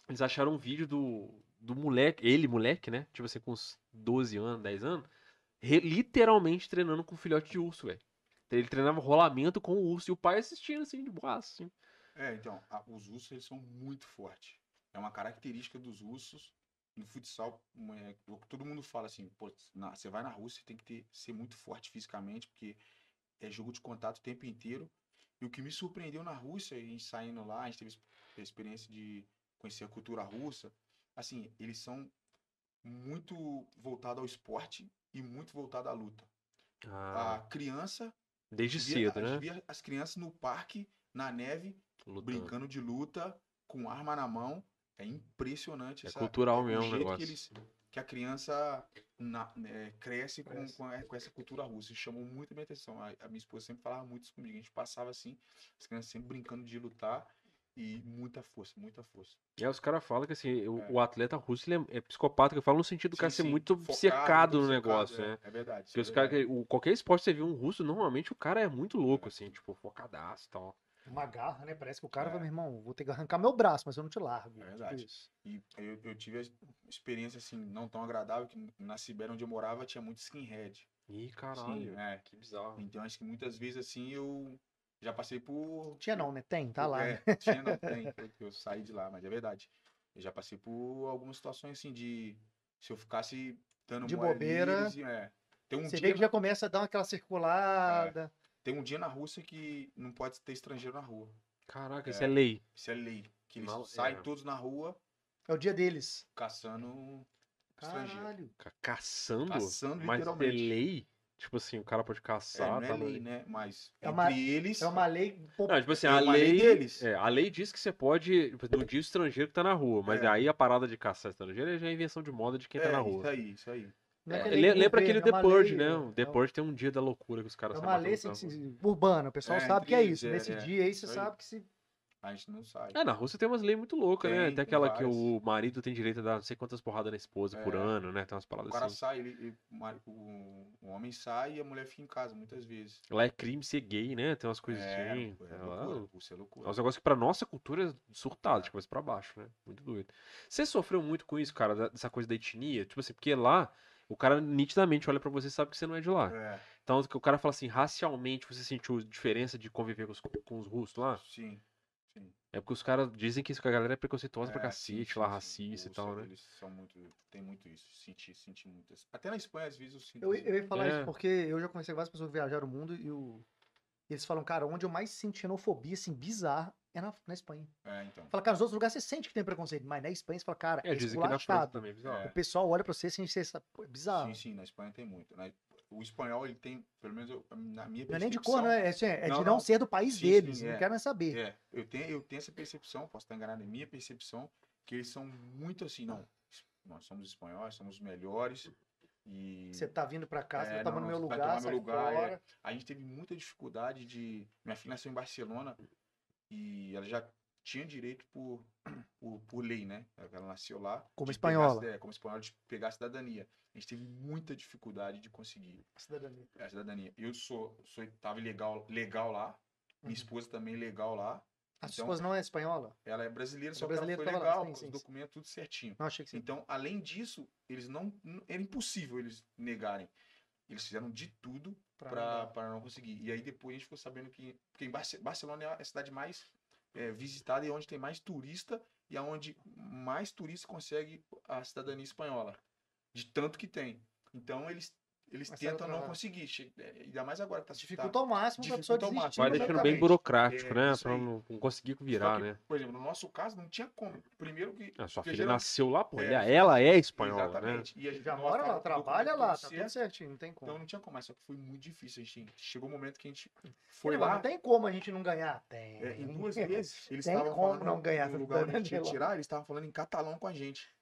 Eles acharam um vídeo do, do moleque, ele, moleque, né? Tipo assim, com uns 12 anos, 10 anos. re- literalmente treinando com um filhote de urso, velho. Ele treinava rolamento com o urso e o pai assistindo, assim, de boaço, assim. É, então, a- os ursos eles são muito fortes. É uma característica dos ursos no futsal. uma- é, o que todo mundo fala assim, pô, na- você vai na Rússia, tem que ter, ser muito forte fisicamente, porque é jogo de contato o tempo inteiro. E o que me surpreendeu na Rússia, e saindo lá, a gente teve a experiência de conhecer a cultura russa. Assim, eles são muito voltados ao esporte e muito voltados à luta. Ah, A criança desde via- cedo, a gente né? via as crianças no parque, na neve, Lutando. brincando de luta, com arma na mão. É impressionante É essa- cultural o mesmo o jeito negócio. que, eles, que a criança na- né, cresce com, Cresce. com a- com essa cultura russa. Isso chamou muito a minha atenção. A, a minha esposa sempre falava muito isso comigo. A gente passava assim, as crianças sempre brincando de lutar e muita força, muita força. É, os caras falam que assim, o, É. o atleta russo ele é, é psicopata, que eu falo no sentido do Sim, cara ser sim, muito focado, cercado no muito cercado, negócio, é, né? É verdade. Porque é os caras, verdade. que- o- qualquer esporte que você viu um russo, normalmente o cara é muito louco, assim, tipo, focadaço e tal. Uma garra, né? Parece que o cara É. vai, meu irmão, vou ter que arrancar meu braço, mas eu não te largo. É Tipo verdade. isso. E eu, eu tive a experiência assim, não tão agradável, que na Sibéria onde eu morava tinha muito skinhead. Ih, Sim, caralho. é. Que bizarro. Então acho que muitas vezes assim eu já passei por. Tinha não, né? Tem, tá Eu- lá. né? É, tinha não, tem, eu, eu saí de lá, mas é verdade. Eu já passei por algumas situações assim de. Se eu ficasse dando De mole ali, bobeira. eles iam- é. Tem um, Você vê dia, que já começa a dar aquela circulada. tem um dia na Rússia que não pode ter estrangeiro na rua. Caraca, É. isso é lei. Isso é lei. Que eles Mal- saem é. todos na rua É, o dia deles. caçando estrangeiro. Caralho. Ca- Caçando? Caçando, mas é literalmente. lei? Tipo assim, o cara pode É, não caçar, é tá? lei, né? Mas É entre uma- eles. É uma lei. pô, Não, tipo assim, É a uma lei, lei deles. É, a lei diz que você pode. tipo No dia estrangeiro que tá na rua, mas É. aí a parada de caçar estrangeiro já é invenção de moda de quem tá é, na Isso rua. aí, isso aí. não é que é É, lei le- do lembra aquele governo, é The uma Purge, lei- né? O é The um- Purge tem um dia da loucura que os caras É saem uma lei matando assim, na rua. se- urbana, o pessoal É, sabe que é entre eles, isso. é, Nesse é, dia aí você isso aí. sabe que se. A gente não sai. É, na Rússia tem umas leis muito loucas, né? Tem, Tem aquela que várias. o marido tem direito a dar não sei quantas porradas na esposa por É. ano, né? Tem umas O paradas cara assim. sai, ele, ele- o mari- o, o homem sai e a mulher fica em casa, muitas vezes. Lá é crime ser gay, né? Tem umas coisinhas. é, É, é lá- loucura. Isso é é loucura. uns negócios que pra nossa cultura é surtado, de cabeça pra baixo, né? Muito doido. Você sofreu muito com isso, cara, da- dessa coisa da etnia? Tipo assim, porque lá, o cara nitidamente olha pra você e sabe que você não é de lá. É, Então, o cara fala assim, racialmente você sentiu diferença de conviver com os, com os russos lá? sim. sim. É porque os caras dizem que isso que a galera é preconceituosa pra É, sim, cacete, sim, lá sim. racista e Ou tal, seja, né? Eles são muito. Tem muito isso. Senti, senti muito isso. Até na Espanha, às vezes, eu sinto. Eu, isso. eu ia falar É. isso porque eu já conversei com várias pessoas que viajaram o mundo e o- e eles falam, cara, onde eu mais senti xenofobia, assim, bizarra, é na, na Espanha. É, então. Fala, cara, nos outros lugares você sente que tem preconceito, mas na Espanha você fala, cara, É, é dizem que na França esculachado. também, bizarro. É. O pessoal olha pra você assim, você sabe, pô, é bizarro. Sim, sim, na Espanha tem muito. Na- o espanhol, ele tem, pelo menos eu- na minha percepção. Não é nem de cor, né? É, assim, é de Não, não, não. ser do país Sim, sim, deles, é. não quero nem saber. É, eu tenho, eu tenho essa percepção, posso estar enganado, é minha percepção, que eles são muito assim, não, nós somos espanhóis, somos os melhores, e Você tá vindo pra cá, você É, vai tomar não, no meu você vai lugar, tomar meu sai lugar, é. fora. a gente teve muita dificuldade de... Minha filha nasceu em Barcelona e ela já tinha direito por, por, por lei, né? Ela nasceu lá. Como de pegar a espanhola. cida- é, como espanhola, de pegar a cidadania. A gente teve muita dificuldade de conseguir Cidadania. a cidadania. Eu sou, sou tava legal, legal lá, Uhum. minha esposa também legal lá. A sua Então- esposa não é espanhola? Ela é brasileira, Ela é só que ela brasileira, foi tava lá, legal, sim, com sim, os sim. documentos tudo certinho. Não, achei que sim. Então, além disso, eles não. n- Era impossível eles negarem. Eles fizeram de tudo Pra para mudar. não conseguir. E aí depois a gente ficou sabendo que. Porque em Barce- Barcelona é a cidade mais é, visitada e onde tem mais turista e aonde mais turista consegue a cidadania espanhola. De tanto que tem. Então eles, eles Mas tentam era não pra- conseguir. che- é, Ainda mais agora que tá Dificulta ao máximo pra Dificulta pessoa ao máximo. desistir. Vai deixando bem Exatamente. burocrático, É, né? isso Pra aí. não, não conseguir Só virar, que, né? Por exemplo, no nosso caso não tinha como. Primeiro que. Ah, sua porque filha geral- nasceu lá, pô. É, Ela- Ela é espanhola, né? Exatamente. E a gente Já nós mora tava Então, lá, com o documento trabalha todo lá, tá certo. tudo certinho, não tem como. Então não tinha como, mas só que foi muito difícil. A gente chegou um momento que a gente Não, foi mas lá. Não tem como a gente não ganhar. Tem. é, em duas vezes, eles Tem estavam como falando não ganhar no essa lugar onde a gente ia cidadania lá. tirar, eles estavam falando em catalão com a gente.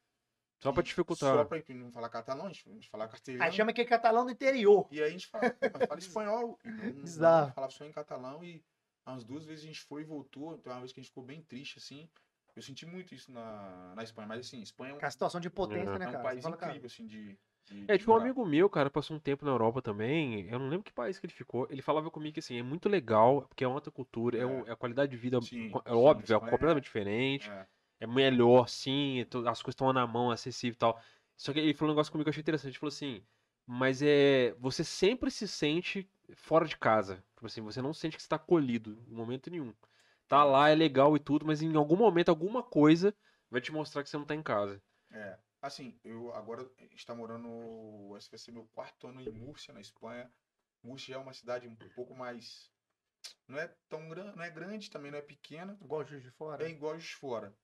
Só pra E dificultar. né? Só pra não falar catalão, a gente- a gente falar castelhano. Aí chama que é catalão do interior. E aí a gente fala, "Pô, mas fala espanhol. E não- não, Bizarro. falava só em catalão e umas duas vezes a gente foi e voltou. Então uma vez que a gente ficou bem triste, assim. Eu senti muito isso na, na Espanha, mas assim, Espanha é um, Com a situação de potência, É. né, é um cara? Você país fala, cara, incrível, assim, de. de- É, de tipo, um morar. amigo meu, cara, passou um tempo na Europa também. Eu não lembro que país que ele ficou. Ele falava comigo que assim, é muito legal, porque é uma outra cultura, é, um- é a qualidade de vida Sim, co- é sim, óbvio, é Espanha é- completamente diferente. É. É melhor, sim, é to- as coisas estão na mão, é acessível e tal. Só que ele falou um negócio comigo que eu achei interessante. Ele falou assim: mas é. Você sempre se sente fora de casa. Tipo assim, você não sente que você tá colhido em momento nenhum. Tá lá, é legal e tudo, mas em algum momento, alguma coisa vai te mostrar que você não tá em casa. É, assim, eu agora está morando, esse vai ser é meu quarto ano em Múrcia, na Espanha. Múrcia já é uma cidade um pouco mais, não é tão grande, não é grande também, não é pequena, igual o Juiz de Fora. é igual de fora.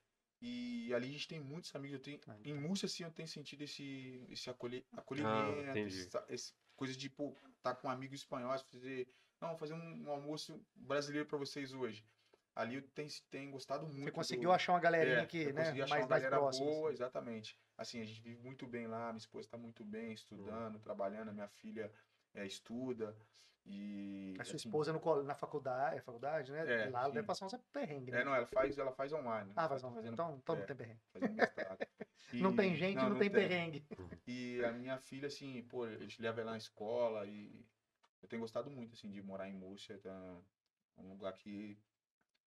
E ali a gente tem muitos amigos, eu tenho, Ah, então. em Múrcia assim eu tenho sentido esse, esse acolhe, Ah, acolhimento, entendi. essa- esse- coisa de, pô, tá com um amigo espanhol, fazer, não, fazer um, um almoço brasileiro para vocês hoje. ali eu tenho, tenho gostado muito. Você do- conseguiu achar uma galerinha É, aqui, eu né? consegui achar mais, uma mais galera próxima. boa, assim. exatamente. Assim, a gente vive muito bem lá, minha esposa está muito bem, estudando, trabalhando, a minha filha é, estuda. E. A sua assim, esposa no, col- na faculdade, é faculdade, né? É, Lá ela deve sim. passar uns perrengue, né? É, não, ela faz, ela faz online. ah, mas Ela tá não, fazendo- então, então não é, tem perrengue. fazendo mestrado. não E- tem gente, não, tem, perrengue. E a minha filha, assim, pô, a gente leva ela na escola e eu tenho gostado muito, assim, de morar em Múrcia, tá? É um lugar que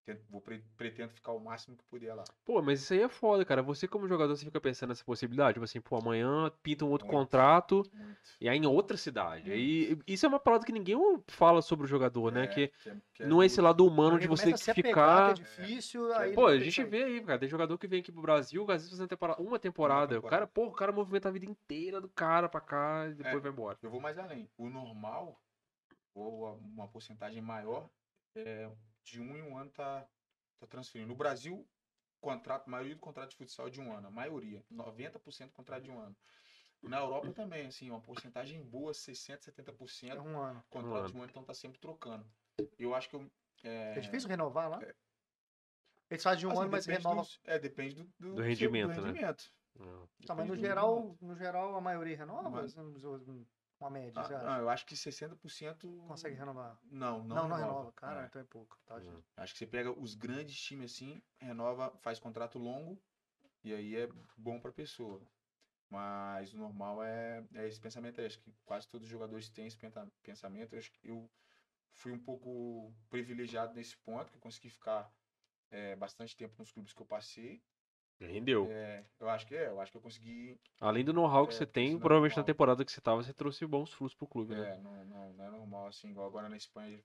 tento- vou pre- pretendo ficar o máximo que puder lá. Pô, mas isso aí é foda, cara. Você, como jogador, você fica pensando nessa possibilidade. Tipo assim, pô, amanhã pinta um outro Muito. contrato Muito. e aí em outra cidade. Aí, isso é uma parada que ninguém fala sobre o jogador, né? Que é- que é não é esse lado humano Aí de você começa ter a que se apegar, ficar. que é difícil, É, aí Pô, a não tem gente saída. vê aí, cara. Tem jogador que vem aqui pro Brasil, às vezes fazendo temporada, uma temporada. O cara, temporada. pô, o cara movimenta a vida inteira do cara pra cá e depois É. vai embora. Eu vou mais além. O normal, ou a- uma porcentagem maior, é de um em um ano tá, tá transferindo. No Brasil, contrato, a maioria do contrato de futsal é de um ano. A maioria, 90% contrato de um ano. Na Europa também, assim, uma porcentagem boa, 60%, É 70%. um ano. Contrato de ano. um ano, então tá sempre trocando. Eu acho que eu. É, difícil renovar lá? Eles fazem de um assim, ano, mas depende renovam. dos- é, depende do, Do rendimento, do né? rendimento. Tá, mas Depende no do geral, no geral a maioria renova? Mas- Uns- uns- Uma média, Ah, você acha? não, eu acho que 60% Consegue renovar? Não, não, Não, não, renova. É. Hum. Cara, então é pouco. Tá, gente? Acho que você pega os grandes times assim, renova, faz contrato longo, e aí é bom pra pessoa. Mas o normal é, é esse pensamento aí. Acho que quase todos os jogadores têm esse penta- pensamento. Eu Acho que eu fui um pouco privilegiado nesse ponto, que eu consegui ficar é, bastante tempo nos clubes que eu passei. Rendeu. É, eu acho que é, eu acho que eu consegui. Além do know-how que É, você isso tem, não é provavelmente na normal. temporada que você tava, você trouxe bons frutos pro clube, né? É, não, não, não é normal, assim, igual agora na Espanha,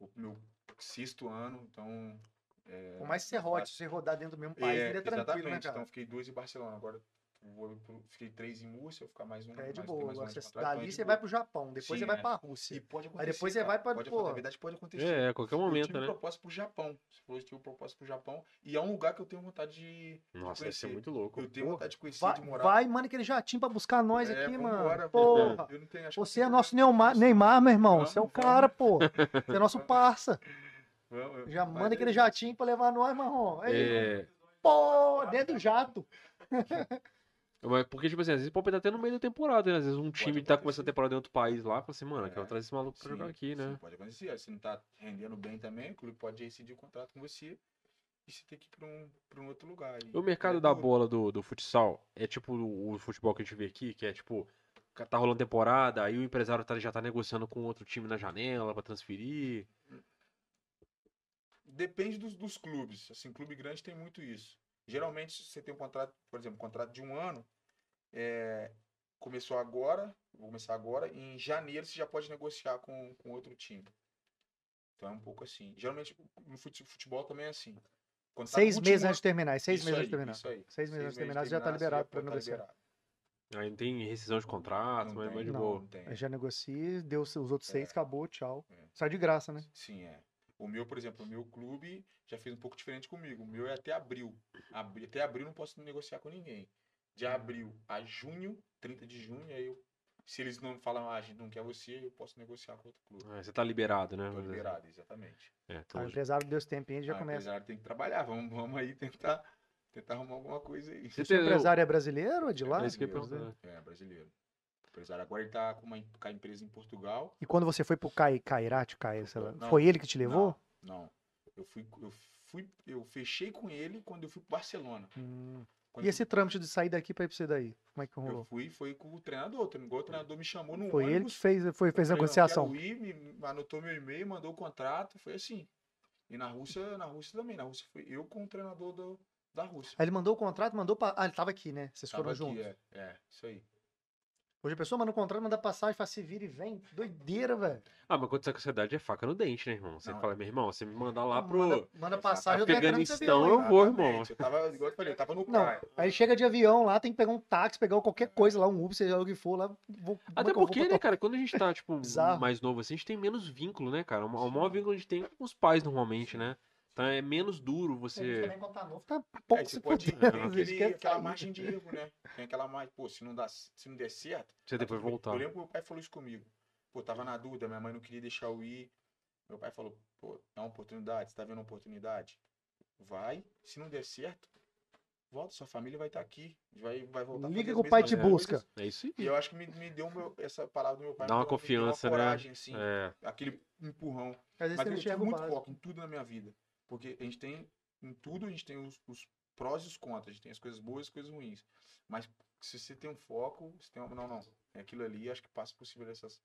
o meu sexto ano, então. é, Por mais que você não rode, se você rodar dentro do mesmo país, ele é tranquilo, né, exatamente. cara? Então fiquei duas em Barcelona, agora vou pro- fiquei três em Múrcia, eu vou ficar mais um. é de mais, tem boa. mais um Agora ano de você, contrato, então é dali de você boa. vai pro Japão, depois Sim, você vai é. pra E Rússia. pode Aí acontecer. depois você cara, vai pra- Pode, pô. na verdade, pode acontecer. É, a qualquer eu momento, tive um né? proposta pro Japão. Você falou que tive proposta pro Japão. E é um lugar que eu tenho vontade de. Nossa, deve ser conhecer. muito louco. Eu tenho Pô, vontade de conhecer, Vai, de morar. vai, manda aquele jatinho pra buscar nós É, aqui, vambora, mano. velho. Porra! Eu não tenho- acho que Você eu é tenho- nosso Neymar, Neymar, meu irmão. Vamos, Você é o vamos. cara, pô. Você é nosso parça. Vamos, eu- Já mas manda é- aquele jatinho pra levar nós, marrom. Aí, um É, Pô, dentro do Tá jato. mas porque, tipo assim, às vezes pode estar até no meio da temporada, né? Às vezes um time tá acontecer. começando a temporada em outro país lá, fala assim, mano, É, quero trazer esse maluco pra jogar Sim, aqui, né? sim, pode acontecer. Se não tá rendendo bem também, o clube pode rescindir o contrato com você e você tem que ir pra um, pra um outro lugar. E- O mercado e é da duro. bola do, do futsal é tipo o, o futebol que a gente vê aqui, que é tipo, ca- tá rolando temporada, aí o empresário tá- já tá negociando com outro time na janela pra transferir. Depende dos, dos clubes. Assim, clube grande tem muito isso. Geralmente, se você tem um contrato, por exemplo, um contrato de um ano, é, começou agora, vou começar agora, e em janeiro você já pode negociar com, com outro time. Então é um pouco assim. Geralmente, no fute- futebol também é assim. Quando tá no Seis último meses ano- antes de terminar. Seis Isso meses aí, antes de terminar. isso aí. Seis meses antes de terminar, você já tá terminar, liberado pra pode tá negociar. liberado. Aí não tem rescisão de contrato, Não mas é tem, mais de não. boa. tem. Aí já negocia, deu os outros seis, É. acabou, tchau. É. Sai de graça, né? Sim, é. O meu, por exemplo, o meu clube já fez um pouco diferente comigo. O meu é até abril. Abri- Até abril não posso negociar com ninguém. De abril a junho, 30 de junho, aí eu. Se eles não falam, ah, a gente não quer você, eu posso negociar com outro clube. Ah, você tá liberado, né? Tô Vamos dizer assim. liberado, exatamente. É, Aí então o empresário deu esse tempinho, ele já Tá Ah, começa. Apesar de tem que trabalhar, vamos, vamos aí tentar, tentar arrumar alguma coisa aí. Você O tem- empresário é brasileiro, é de lá? É isso que eu ia Deus, perguntar, né? né? É, brasileiro. O empresário agora ele tá com uma em- com a empresa em Portugal. E quando você foi pro Cai, Cairate, Cair, sei lá, Não, foi ele que te levou? Não, não. Eu fui, eu fui, eu fechei com ele quando eu fui pro Barcelona. Hum. Quando E esse trâmite de sair daqui pra ir pra você daí? Como é que eu rolou? fui, foi com o treinador, o igual o treinador me chamou no Foi ele que ônibus. fez, foi, fez a falei, "Não, negociação. quero ir", me anotou meu e-mail, mandou o contrato, foi assim. E na Rússia, na Rússia também, na Rússia foi eu com o treinador do- da Rússia. Aí ele mandou o contrato, mandou pra. Ah, ele tava aqui, né? Vocês Tava foram aqui, juntos. é, é, isso aí. Hoje a pessoa manda o contrato, manda passagem, faz se vira e vem. Doideira, velho. Ah, mas quando você é com ansiedade é faca no dente, né, irmão? Você Não, fala, meu irmão, você me mandar lá pro. Manda, manda passagem, eu tô entrando nesse Afeganistão, avião. hein? eu vou, irmão. Exatamente, Eu tava, igual eu falei, eu tava no Não, é carro. aí chega de avião lá, tem que pegar um táxi, pegar qualquer coisa lá, um Uber, seja lá o que for lá. Vou, como É. Até é que eu vou porque, botar- né, cara, quando a gente tá, tipo, Bizarro. mais novo assim, a gente tem menos vínculo, né, cara? O ma- o Sim. maior vínculo que a gente tem é com os pais normalmente, Sim. né? Então é menos duro A gente você. também, quando tá novo, tá É, pouco você se fudendo, pode tem né? às vezes, aquele- quer aquela sair. margem de erro, né? Tem aquela margem, pô, se não, dá, se não der certo, Você Tá depois tudo bem. voltar. Eu lembro que meu pai falou isso comigo. Pô, tava na dúvida, minha mãe não queria deixar eu ir. Meu pai falou, pô, é uma oportunidade, você tá vendo uma oportunidade? Vai, se não der certo, volta, sua família vai estar aqui. Vai, vai voltar a Liga fazer as que o pai mesmas te busca. coisas. É isso aí. E eu acho que me, me deu meu- essa palavra do meu pai. Dá me uma deu- me deu confiança, né? uma coragem, assim, É, aquele empurrão. Às vezes você Mas não eu tive enxerga o muito básico. foco em tudo na minha vida. Porque a gente tem, em tudo, a gente tem os, os prós e os contras. A gente tem as coisas boas e as coisas ruins. Mas se você tem um foco, se tem um, não, não, é aquilo ali, acho que passa por cima dessas,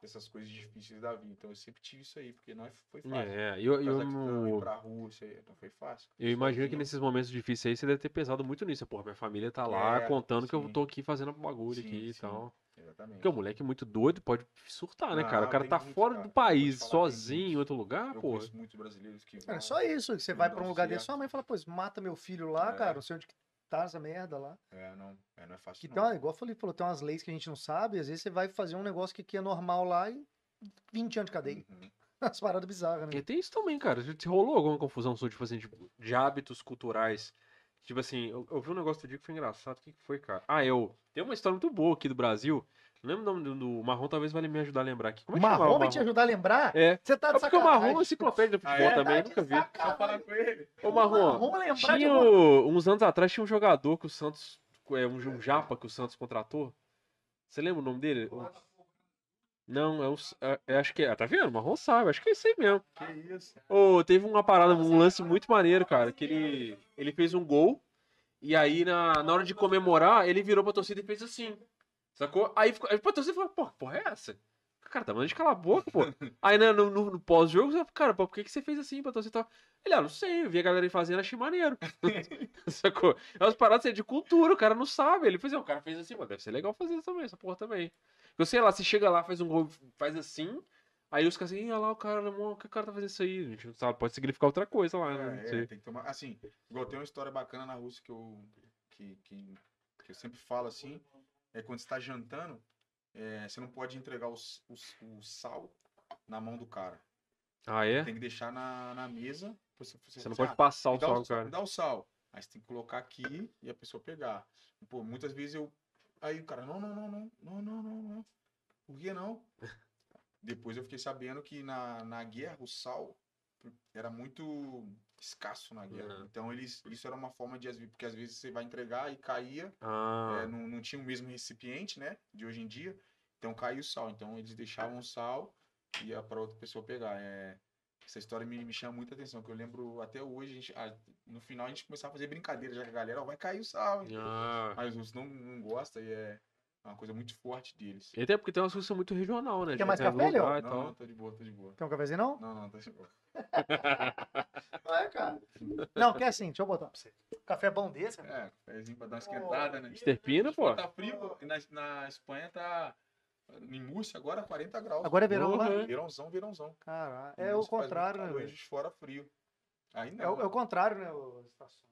dessas coisas difíceis da vida. Então eu sempre tive isso aí, porque não é- foi fácil. é. Eu, eu, Apesar de não ir eu, pra rua, isso aí não foi fácil. eu imagino que Sozinho. nesses momentos difíceis aí você deve ter pensado muito nisso. Porra, minha família tá lá É, contando que eu sim. tô aqui fazendo um bagulho Sim, aqui e sim. tal. Exatamente. Porque o moleque é muito doido pode surtar, né, Não, cara? O cara tem tá muito, fora cara. do país, Vou te falar, tem sozinho, em muito. outro lugar, eu pô. conheço muitos brasileiros que Cara, né? vão- só isso. que Você não é vai dá pra um um lugar certo. desse, sua mãe fala, pô, mata meu filho lá, É. cara, não sei onde que tá essa merda lá. É, não, é, não é fácil. Que tá não. Hum. tem uma, igual eu falei, falou, tem umas leis que a gente não sabe, às vezes você vai fazer um negócio que, que é normal lá e 20 anos de Hum. cadeia. Uhum. As paradas bizarras, né? E tem isso também, cara. Se rolou alguma confusão sua, tipo assim, de, de hábitos culturais. Tipo assim, eu, eu vi um negócio outro dia que foi engraçado. O que que foi, cara? Ah, eu. Tem uma história muito boa aqui do Brasil. Não lembro o nome do, do Marrom, talvez vai me ajudar a lembrar aqui. Como é que chama Marrom o vai te ajudar a lembrar? É. Você tá É de porque o Marrom é uma sacanagem. enciclopédia do Ah, futebol é? também, Tá eu de nunca vi. sacanagem. Só falar com ele. Ô, Marrom, Marrom é um lembrar de Tinha alguma o- uns anos atrás tinha um jogador que o Santos. é, Um, um japa que o Santos contratou. Você lembra o nome dele? O- Não, é um. é- é- acho que é. Tá vendo? Marrom sabe, acho que é isso aí mesmo. Que isso? Ô, teve uma parada, um lance muito maneiro, cara. Que ele, ele fez um gol. E aí, na, na hora de comemorar, ele virou pra torcida e fez assim. Sacou? Aí, ficou, aí a torcida falou, pô, que porra é essa? Cara, tá mandando de calar a boca, pô. Aí né, no, no, no pós-jogo, você fala, cara, pô, por que, que você fez assim pra torcida? e tal?" Ele, ah, não sei, eu vi a galera aí fazendo, achei maneiro. Sacou? É umas paradas assim, de cultura, o cara não sabe. Ele fez, "Ah, o cara fez assim, mano, deve ser legal fazer isso também, essa porra também. Eu sei lá, você chega lá, faz um gol, faz assim, aí os caras assim, "Ih, olha lá, o cara, alemão, o que o cara tá fazendo isso aí? A gente não sabe, pode significar outra coisa lá, né? Não É, sei. tem que tomar. Assim, igual tem uma história bacana na Rússia que eu, que, que, que eu sempre falo assim: é quando você tá jantando, é, você não pode entregar os, os- o sal na mão do cara. Ah, é? Tem que deixar na, na mesa. pra Você, pra Você não falar pode assim, passar "Ah, me o dá sol, cara. me Dá o sal. Aí você tem que colocar aqui e a pessoa pegar. Pô, muitas vezes eu. Aí o cara, não, não, não, não, não, não, não, não. Por que não? Depois eu fiquei sabendo que na, na guerra o sal era muito escasso na guerra. Uhum. Então eles, isso era uma forma de, às ve- porque às vezes você vai entregar e caía, Ah, é, não, não tinha o mesmo recipiente, né? De hoje em dia. Então caiu o sal. Então eles deixavam o sal e ia para outra pessoa pegar. É, essa história me, me chama muita atenção, que eu lembro até hoje, a gente- ah, no final a gente começava a fazer brincadeira, já que a galera, ó, vai cair o sal. hein? ah. Mas os outros não, não gostam e é uma coisa muito forte deles. E até porque tem umas coisas muito regional, né? Quer gente? mais Tem algum café, Léo? lugar e não, tal. não, tá de boa, tá de boa. Quer um cafezinho, não? Não, não, tá de boa. Vai, cara. Não, quer sim, deixa eu botar pra você. Café bom desse, né? cara. É, cafezinho pra dar uma esquentada, né? Mr. Pina, pô. Tá frio, pô. E na, na Espanha tá. Em Múrcia agora 40 graus. Agora é verão Porra, lá. é. Verãozão, verãozão. Caralho, Em é o Múrcia faz muito contrário, né? calor, velho? Juiz de fora frio. Aí não. É o, é o contrário, né? o- estação.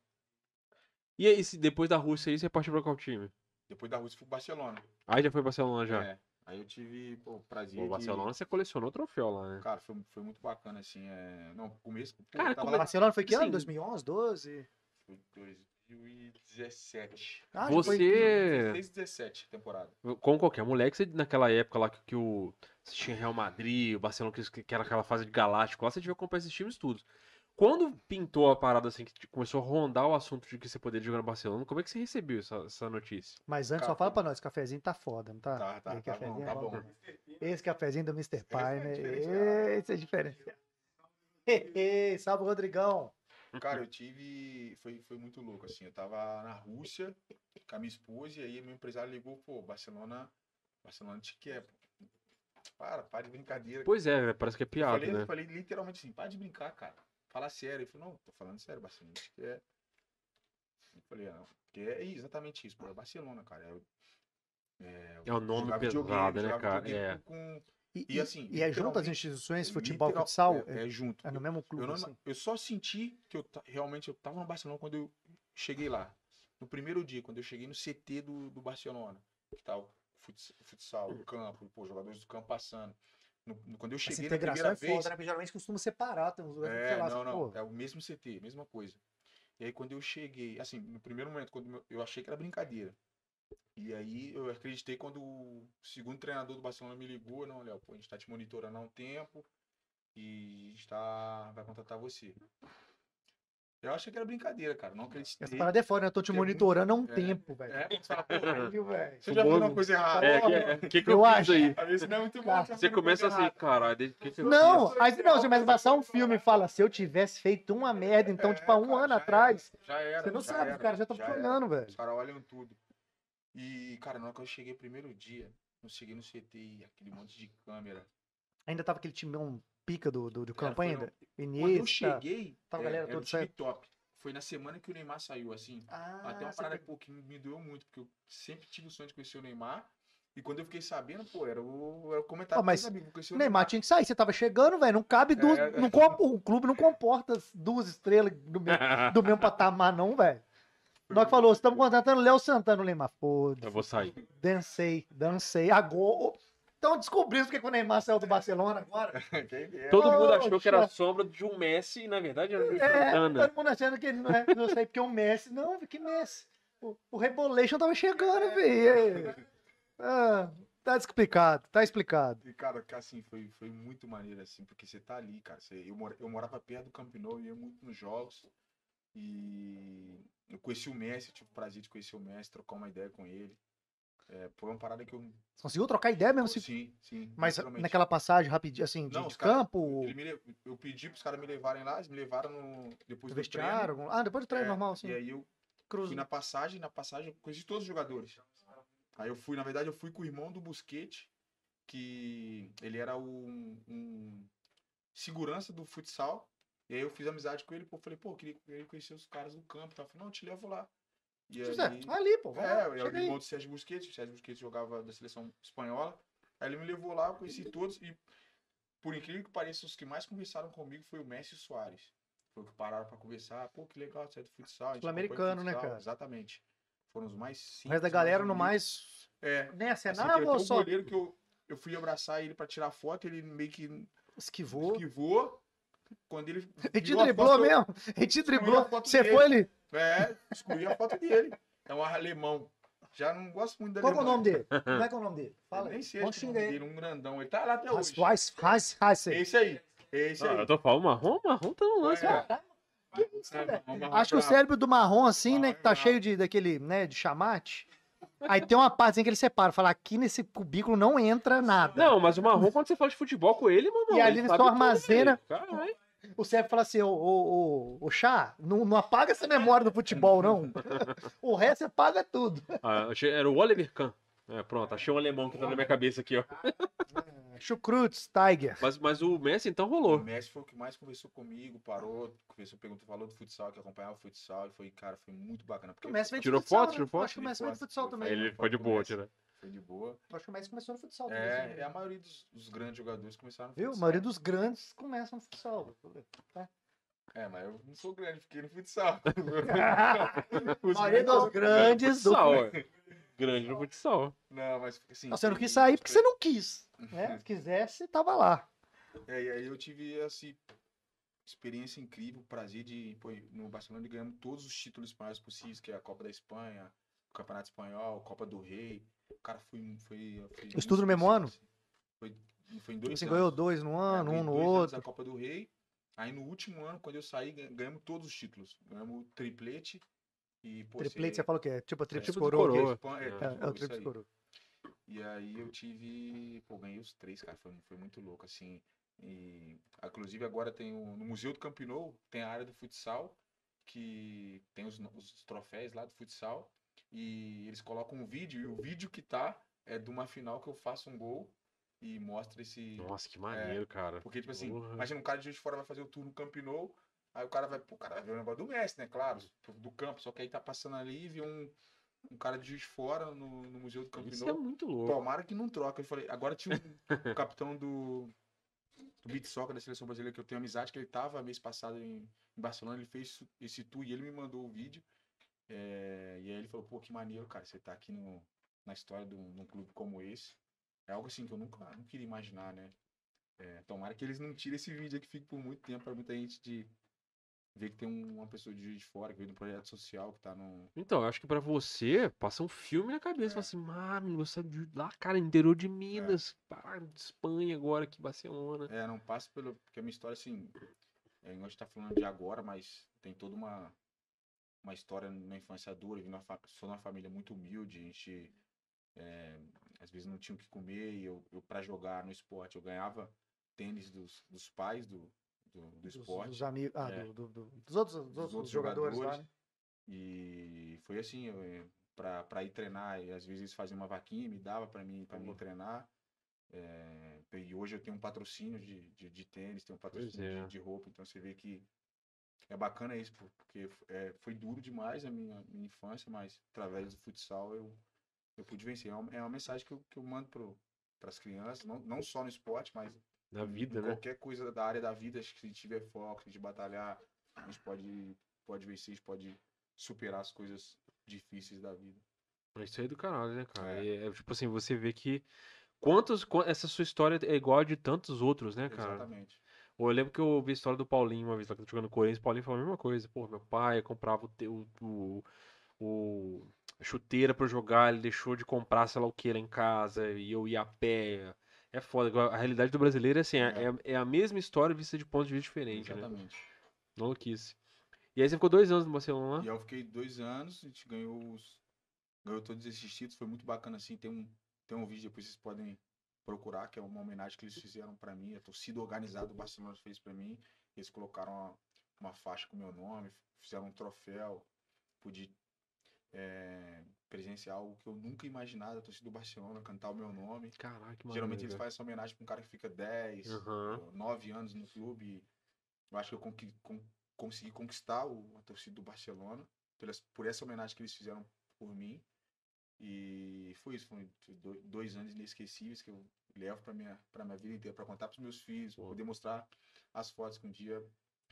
E aí, se depois da Rússia aí, você partiu pra qual time? Depois da Rússia fui pro Barcelona. Aí já foi Barcelona já. É. Aí eu tive, pô, o prazer. Pô, de- Barcelona você colecionou troféu lá, né? Cara, foi, foi muito bacana, assim. É... Não, o começo. Pô, Cara, eu tava como assim? lá Barcelona foi que Sim. assim, ano? 2011, 12? em 2017. Ah, já foi- Você, 16, 17 temporada. como qualquer moleque, você, naquela época lá que, que o. Você tinha Real Madrid, o Barcelona, que, que era aquela fase de galáctico lá, você devia comprar esses times todos. Quando pintou a parada assim, que te- começou a rondar o assunto de que você poderia jogar no Barcelona, como é que você recebeu essa, essa notícia? Mas antes, só Cara, fala foi- pra nós, esse cafezinho tá foda, não tá? Tá, tá, Esse tá cafezinho bom, é tá bom. Esse cafezinho do Mr. Pai, né? diferenciado. Esse é diferenciado. Hehe, Salve, Rodrigão. Cara, eu tive. Foi, foi muito louco, assim. Eu tava na Rússia com a minha esposa e aí meu empresário ligou, pô, Barcelona. Barcelona te quer, pô. Para, para de brincadeira. Pois é, velho, parece que é eu piada, falei, eu né? falei literalmente assim, para de brincar, cara. Fala sério. Ele falou, não, tô falando sério, Barcelona te quer. Eu falei, ah, não. Porque é exatamente isso, pô. É Barcelona, cara. É, É um nome jogava pesado, videogame, né, jogava cara? videogame É. com- com- E, E, assim, e é junto as literalmente- instituições, futebol, literal- futsal? É, É, é junto. é no mesmo clube, Eu, não- assim? eu só senti que eu ta- realmente eu tava no Barcelona quando eu cheguei lá. No primeiro dia, quando eu cheguei no CT do, do Barcelona, que tá o futs- futsal, o campo, pô, os jogadores do campo passando. No- no- quando eu Essa cheguei na integração primeira é foda, vez. né? Porque geralmente costuma separar, tem uns lugares que, É, sei lá, assim, não, não, pô, é o mesmo CT, mesma coisa. E aí quando eu cheguei, assim, no primeiro momento, quando meu- eu achei que era brincadeira. E aí eu acreditei quando o segundo treinador do Barcelona me ligou, não, Léo, pô, a gente tá te monitorando há um tempo, e está, vai contratar você. Eu achei que era brincadeira, cara. Não acreditei. Essa parada é foda, né? Eu tô te Tem monitorando há um muito- é. tempo, velho. É, você fala, pô, velho, Viu, velho? você já viu uma coisa errada. É, Pô, que, é, que, que Eu eu, fiz acho. aí? Às vezes não é muito bom. Cara, tá Você fazendo coisa começa assim, errada. caralho, desde que que eu Não, fiz? aí não, você começa a passar um filme e fala, se eu tivesse feito uma merda, então, É, tipo, há um cara, ano já atrás, era, já era, você não já sabe, era, os caras já tá estão te já era. olhando, Os velho. caras olham tudo. E, cara, na hora que eu cheguei primeiro dia, eu cheguei no CT e aquele monte de câmera. Ainda tava aquele timão pica do, do, do Cara, campo foi ainda? Quando eu Iniesta. cheguei, tava a Tá, é, galera era toda um time saindo. top. Foi na semana que o Neymar saiu, assim. Ah, até uma você parada pegou- pô, que me- me doeu muito, porque eu sempre tive o sonho de conhecer o Neymar. E quando eu fiquei sabendo, pô, era o, era o comentário Ó, Ah, mas dos amigos, conheci o o Neymar tinha que sair, você tava chegando, velho, não cabe duas, É. não comp- o clube não comporta as duas estrelas do mesmo, do mesmo patamar não, velho. Nós que falou, estamos contratando o Léo Santana, o Neymar, foda Tá Eu vou sair. Dancei, dancei. Agora. Então descobrimos porque que o Neymar saiu do Barcelona É agora. Quem dera. Todo mundo Poxa. achou que era a sombra de um Messi e, na verdade, era um É, Santana. todo mundo achando que ele não é. Não sei porque o Messi. Não, que Messi. O, o Rebolation tava É. chegando, velho. Ah, tá explicado, tá explicado. E, cara, que, assim, foi, foi muito maneiro, assim, porque você tá ali, cara. Você, eu, mora- eu morava perto do Camp Nou, ia muito nos jogos. E eu conheci o Messi, eu tive o prazer de conhecer o Messi, trocar uma ideia com ele. É, foi uma parada que eu. Você conseguiu trocar ideia É mesmo? se- Sim, sim. Mas literalmente. naquela passagem rapidinho, assim, de, Não, de os caras- campo, Ele me le- eu pedi pros caras me levarem lá, eles me levaram no, depois do vestiário. treino. algum- Ah, depois do treino É, normal, assim. E aí eu Cruz. né? fui na passagem, na passagem eu conheci todos os jogadores. Aí eu fui, na verdade, eu fui com o irmão do Busquete, que ele era um, um segurança do futsal. E aí eu fiz amizade com ele, pô, falei, pô, eu queria, queria conhecer os caras do campo. Tá? Eu falei, não, eu te levo lá. E José, aí- ali, pô. Vamos é, lá, eu era chega aí. irmão do Sérgio Busquets, o Sérgio Busquets jogava da seleção espanhola. Aí ele me levou lá, eu conheci todos e, por incrível que pareça, os que mais conversaram comigo foi o Messi e o Soares. Foi o que pararam pra conversar. Pô, que legal, você é do futsal. a gente acompanha Sul-americano, né, futsal. cara? Exatamente. Foram os mais O simples. resto da galera no humildes. mais. É. Nem Assim, acenava teve até ou um só goleiro que eu, eu fui abraçar ele pra tirar foto, ele meio que esquivou? esquivou. Quando ele. Ele te viu a driblou foto, eu- mesmo? Ele te excluiu a driblou. foto Você dele. foi ali. É, excluí a foto dele. É um alemão. Já não gosto muito da Qual que é o nome dele? Como é que é o nome dele? Fala Eu aí. Nem sei Vamos acho que o nome xingar ele. dele, um grandão. Ele tá lá até Hans hoje. Weiss, Hans É Heiser. esse aí. É esse Ah, eu aí. tô falando marrom, marrom tá no lance, É. cara. Caralho, que isso, né, É, velho? vamos arrumar Acho que o pra- cérebro do marrom, assim, né, que tá Marrom. cheio de, daquele, né, de chamate. Aí tem uma parte assim que ele separa, fala, aqui nesse cubículo não entra nada. Não, mas o marrom, quando você fala de futebol com ele, mano. E ali ele sabe só tudo, armazena- velho. Caralho. O cérebro fala assim, ô, ô, ô, ô, chá, não, não apaga essa memória do futebol, não. o resto você paga tudo. Ah, achei- era o Oliver Kahn. É, pronto, achei um alemão que tá na minha cabeça aqui, ó. É, Chucrutes, Tiger. Mas, mas o Messi então O rolou. Messi foi o que mais conversou comigo, parou, conversou, perguntou, falou do futsal, que acompanhava o futsal. E foi, cara, foi muito bacana. Porque O Messi veio de Tirou futsal, foto, né? tirou foto? Acho que o Messi veio de futsal também. Aí ele né? ficou de boa, tira. foi de boa. Acho que o Messi começou no futsal também. se não me É, engano. é a maioria dos, dos grandes jogadores começaram no né? Viu? A futsal. maioria dos grandes começam no futsal. É, mas eu não sou grande, fiquei no futsal. A Os maioria grandes- dos grandes do É. Futsal, ó. Grande no futsal. Não, mas assim... Não, Você não foi- quis sair porque foi- você não quis. Né? Se quisesse, tava lá. É, e aí eu tive essa experiência incrível, o prazer de, pô, no Barcelona ganhamos todos os títulos espanhóis possíveis, que é a Copa da Espanha, o Campeonato Espanhol, Copa do Rei. O cara foi... foi, foi Isso tudo no muito mesmo ano? especial, assim. Foi, foi em dois Você anos. ganhou dois num É, ano, ganhei um no dois anos outro. a Copa do Rei. Aí no último ano, quando eu saí, gan- ganhamos todos os títulos. Ganhamos o triplete e... Pô, Triplete, você você- fala o quê? Tipo a tríplice tipo de coroa. coroa. É, ok? Espan- É, é o É, é o isso aí. tríplice coroa. E aí eu tive, pô, ganhei os três, cara, foi, foi muito louco, assim. E, inclusive agora tem o, no Museu do Camp Nou, tem a área do futsal, que tem os, no- os troféus lá do futsal, e eles colocam um vídeo, e o vídeo que tá é de uma final que eu faço um gol e mostra esse... Nossa, que maneiro, cara. Porque, tipo assim, Porra. imagina um cara de Juiz de Fora vai fazer o turno no Camp Nou, aí o cara vai, pô, o cara vai ver o negócio do Messi, né, claro, Uhum. do campo, só que aí tá passando ali e vê um, um cara de Juiz de Fora no, no Museu do Camp Isso é Nou. muito louco. Tomara que não troca. Eu falei, agora tinha um capitão do, do beat soccer da seleção brasileira que eu tenho amizade, que ele tava mês passado em, em Barcelona, ele fez esse tour e ele me mandou o vídeo. É, e aí ele falou, pô, que maneiro, cara, você tá aqui no, na história de um, de um clube como esse. É algo assim que eu nunca não queria imaginar, né? É, tomara que eles não tirem esse vídeo que fique por muito tempo pra muita gente de ver que tem um- uma pessoa de Juiz de Fora que veio de um projeto social que tá no. Então, eu acho que pra você, passa um filme na cabeça. Fala assim, mano, você é de lá, cara, interior de Minas, pá, de Espanha agora, aqui, Barcelona. É, não passa pelo. Porque a minha história, assim. É, igual a gente tá falando de agora, mas tem toda uma. Uma história na infância dura. Eu vim numa fa- sou numa família muito humilde. A gente. é, às vezes não tinha o que comer. E eu, eu para jogar no esporte, eu ganhava tênis dos, dos pais do, do, do Dos, esporte. dos amigos, ah, É. do- do- do- dos outros, dos dos outros outros jogadores, lá, né? E foi assim, eu, eh, pra, pra ir treinar, e às vezes eles faziam uma vaquinha, me dava pra mim, pra mim Boa. treinar. Eh, e hoje eu tenho um patrocínio de, de, de tênis, tenho um patrocínio de- é. de, roupa, então você vê que é bacana isso, por- porque eh, foi duro demais a minha, minha infância, mas através do futsal eu, eu pude vencer. É uma, é uma mensagem que eu, que eu mando pro, pras crianças, não, não só no esporte, mas Na em- em vida, né? Qualquer coisa da área da vida, acho que se tiver foco, se a gente batalhar, a gente pode, pode vencer, a gente pode superar as coisas difíceis da vida. Mas Isso aí é do caralho, né, cara? É. E É. tipo assim, você vê que. Quantos. quan- Essa sua história é igual a de tantos outros, né, cara? Exatamente. Eu lembro que eu ouvi a história do Paulinho uma vez, lá que eu tô jogando Corinthians, o Paulinho falou a mesma coisa. Pô, meu pai comprava o, te- o, o- o- a chuteira pra eu jogar, ele deixou de comprar sei lá o que lá em casa, e eu ia a pé. É foda, igual a realidade do brasileiro é assim, é, é- é a mesma história vista de ponto de vista diferente, né? Exatamente. Não louquice. E aí você ficou dois anos no Barcelona E lá? aí eu fiquei dois anos, a gente ganhou os. Ganhou todos esses títulos, foi muito bacana assim. Tem um, tem um vídeo depois vocês podem procurar, que é uma homenagem que eles fizeram pra mim. A torcida organizada do Barcelona fez pra mim. Eles colocaram uma, uma faixa com meu nome, fizeram um troféu. Pude eh, presenciar algo que eu nunca imaginava, a torcida do Barcelona cantar o meu nome. Caraca, que Geralmente eles maneiro, fazem essa homenagem pra um cara que fica 10, Aham. 9 anos no clube. Eu acho que eu conqui- con- consegui conquistar o, a torcida do Barcelona pelas, por essa homenagem que eles fizeram por mim. E foi isso, foi do- dois anos inesquecíveis que eu levo pra minha, pra minha vida inteira, pra contar pros meus filhos, pra Pô. poder mostrar as fotos que um dia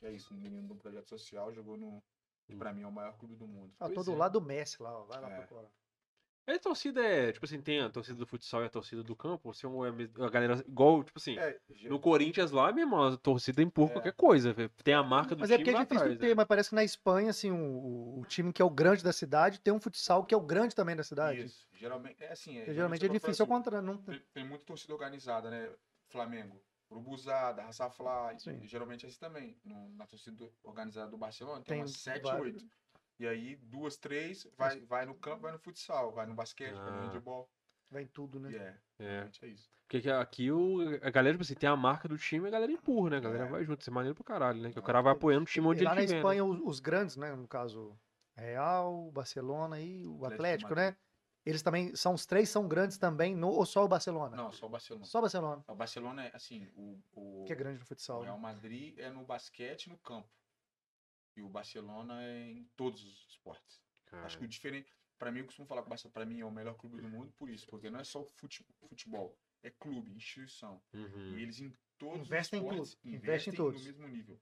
é isso, um menino de um projeto social jogou no que Hum. pra mim é o maior clube do mundo. Ah, Pois todo é. lado do Messi lá, ó, vai lá É. procurar. A torcida é, tipo assim, tem a torcida do futsal e a torcida do campo, ou se é uma- a galera igual, tipo assim, É, ge- no Corinthians lá, meu irmão, a torcida empurra É. qualquer coisa, velho. tem a marca um do Mas é time porque é lá difícil atrás, de ter, mas parece que na Espanha, assim, o, o time que é o grande da cidade tem um futsal que é o grande também da cidade. isso, geralmente é assim. Porque geralmente é difícil ao acontece. contrário. Não... tem- Tem, tem muita torcida organizada, né? Flamengo, Urubuzada, Raça Fla, e Sim. geralmente é isso também. No- na torcida organizada do Barcelona, tem, Tem umas 7, vários. 8. E aí, duas, três, vai, vai no campo, vai no futsal, vai no basquete, vai Ah. no handebol. Vai em tudo, né? E é, É, realmente é isso. porque aqui- aqui o, a galera, tipo assim, tem a marca do time e a galera empurra, né? A galera É. vai junto, isso é maneiro pro caralho, né? Que o Não, cara vai apoiando o time onde E lá ele na estiver, né? Espanha, os, os grandes, né? No caso, Real, Barcelona e o Atlético de Atlético, Madrid. né? Eles também são os três são grandes também, no, ou só o Barcelona? Não, só o Barcelona. Só o Barcelona, O Barcelona é assim, o, o, que é grande no o futsal. né? Real Madrid é no basquete e no campo. E o Barcelona é em todos os esportes. Acho que o diferente. Pra mim, eu costumo falar que o Barça, pra mim, é o melhor clube do mundo por isso. Porque não é só o fute- futebol, é clube, instituição. Uhum. E eles em todos os Investem em esportes tudo, investem investem em todos. no mesmo nível.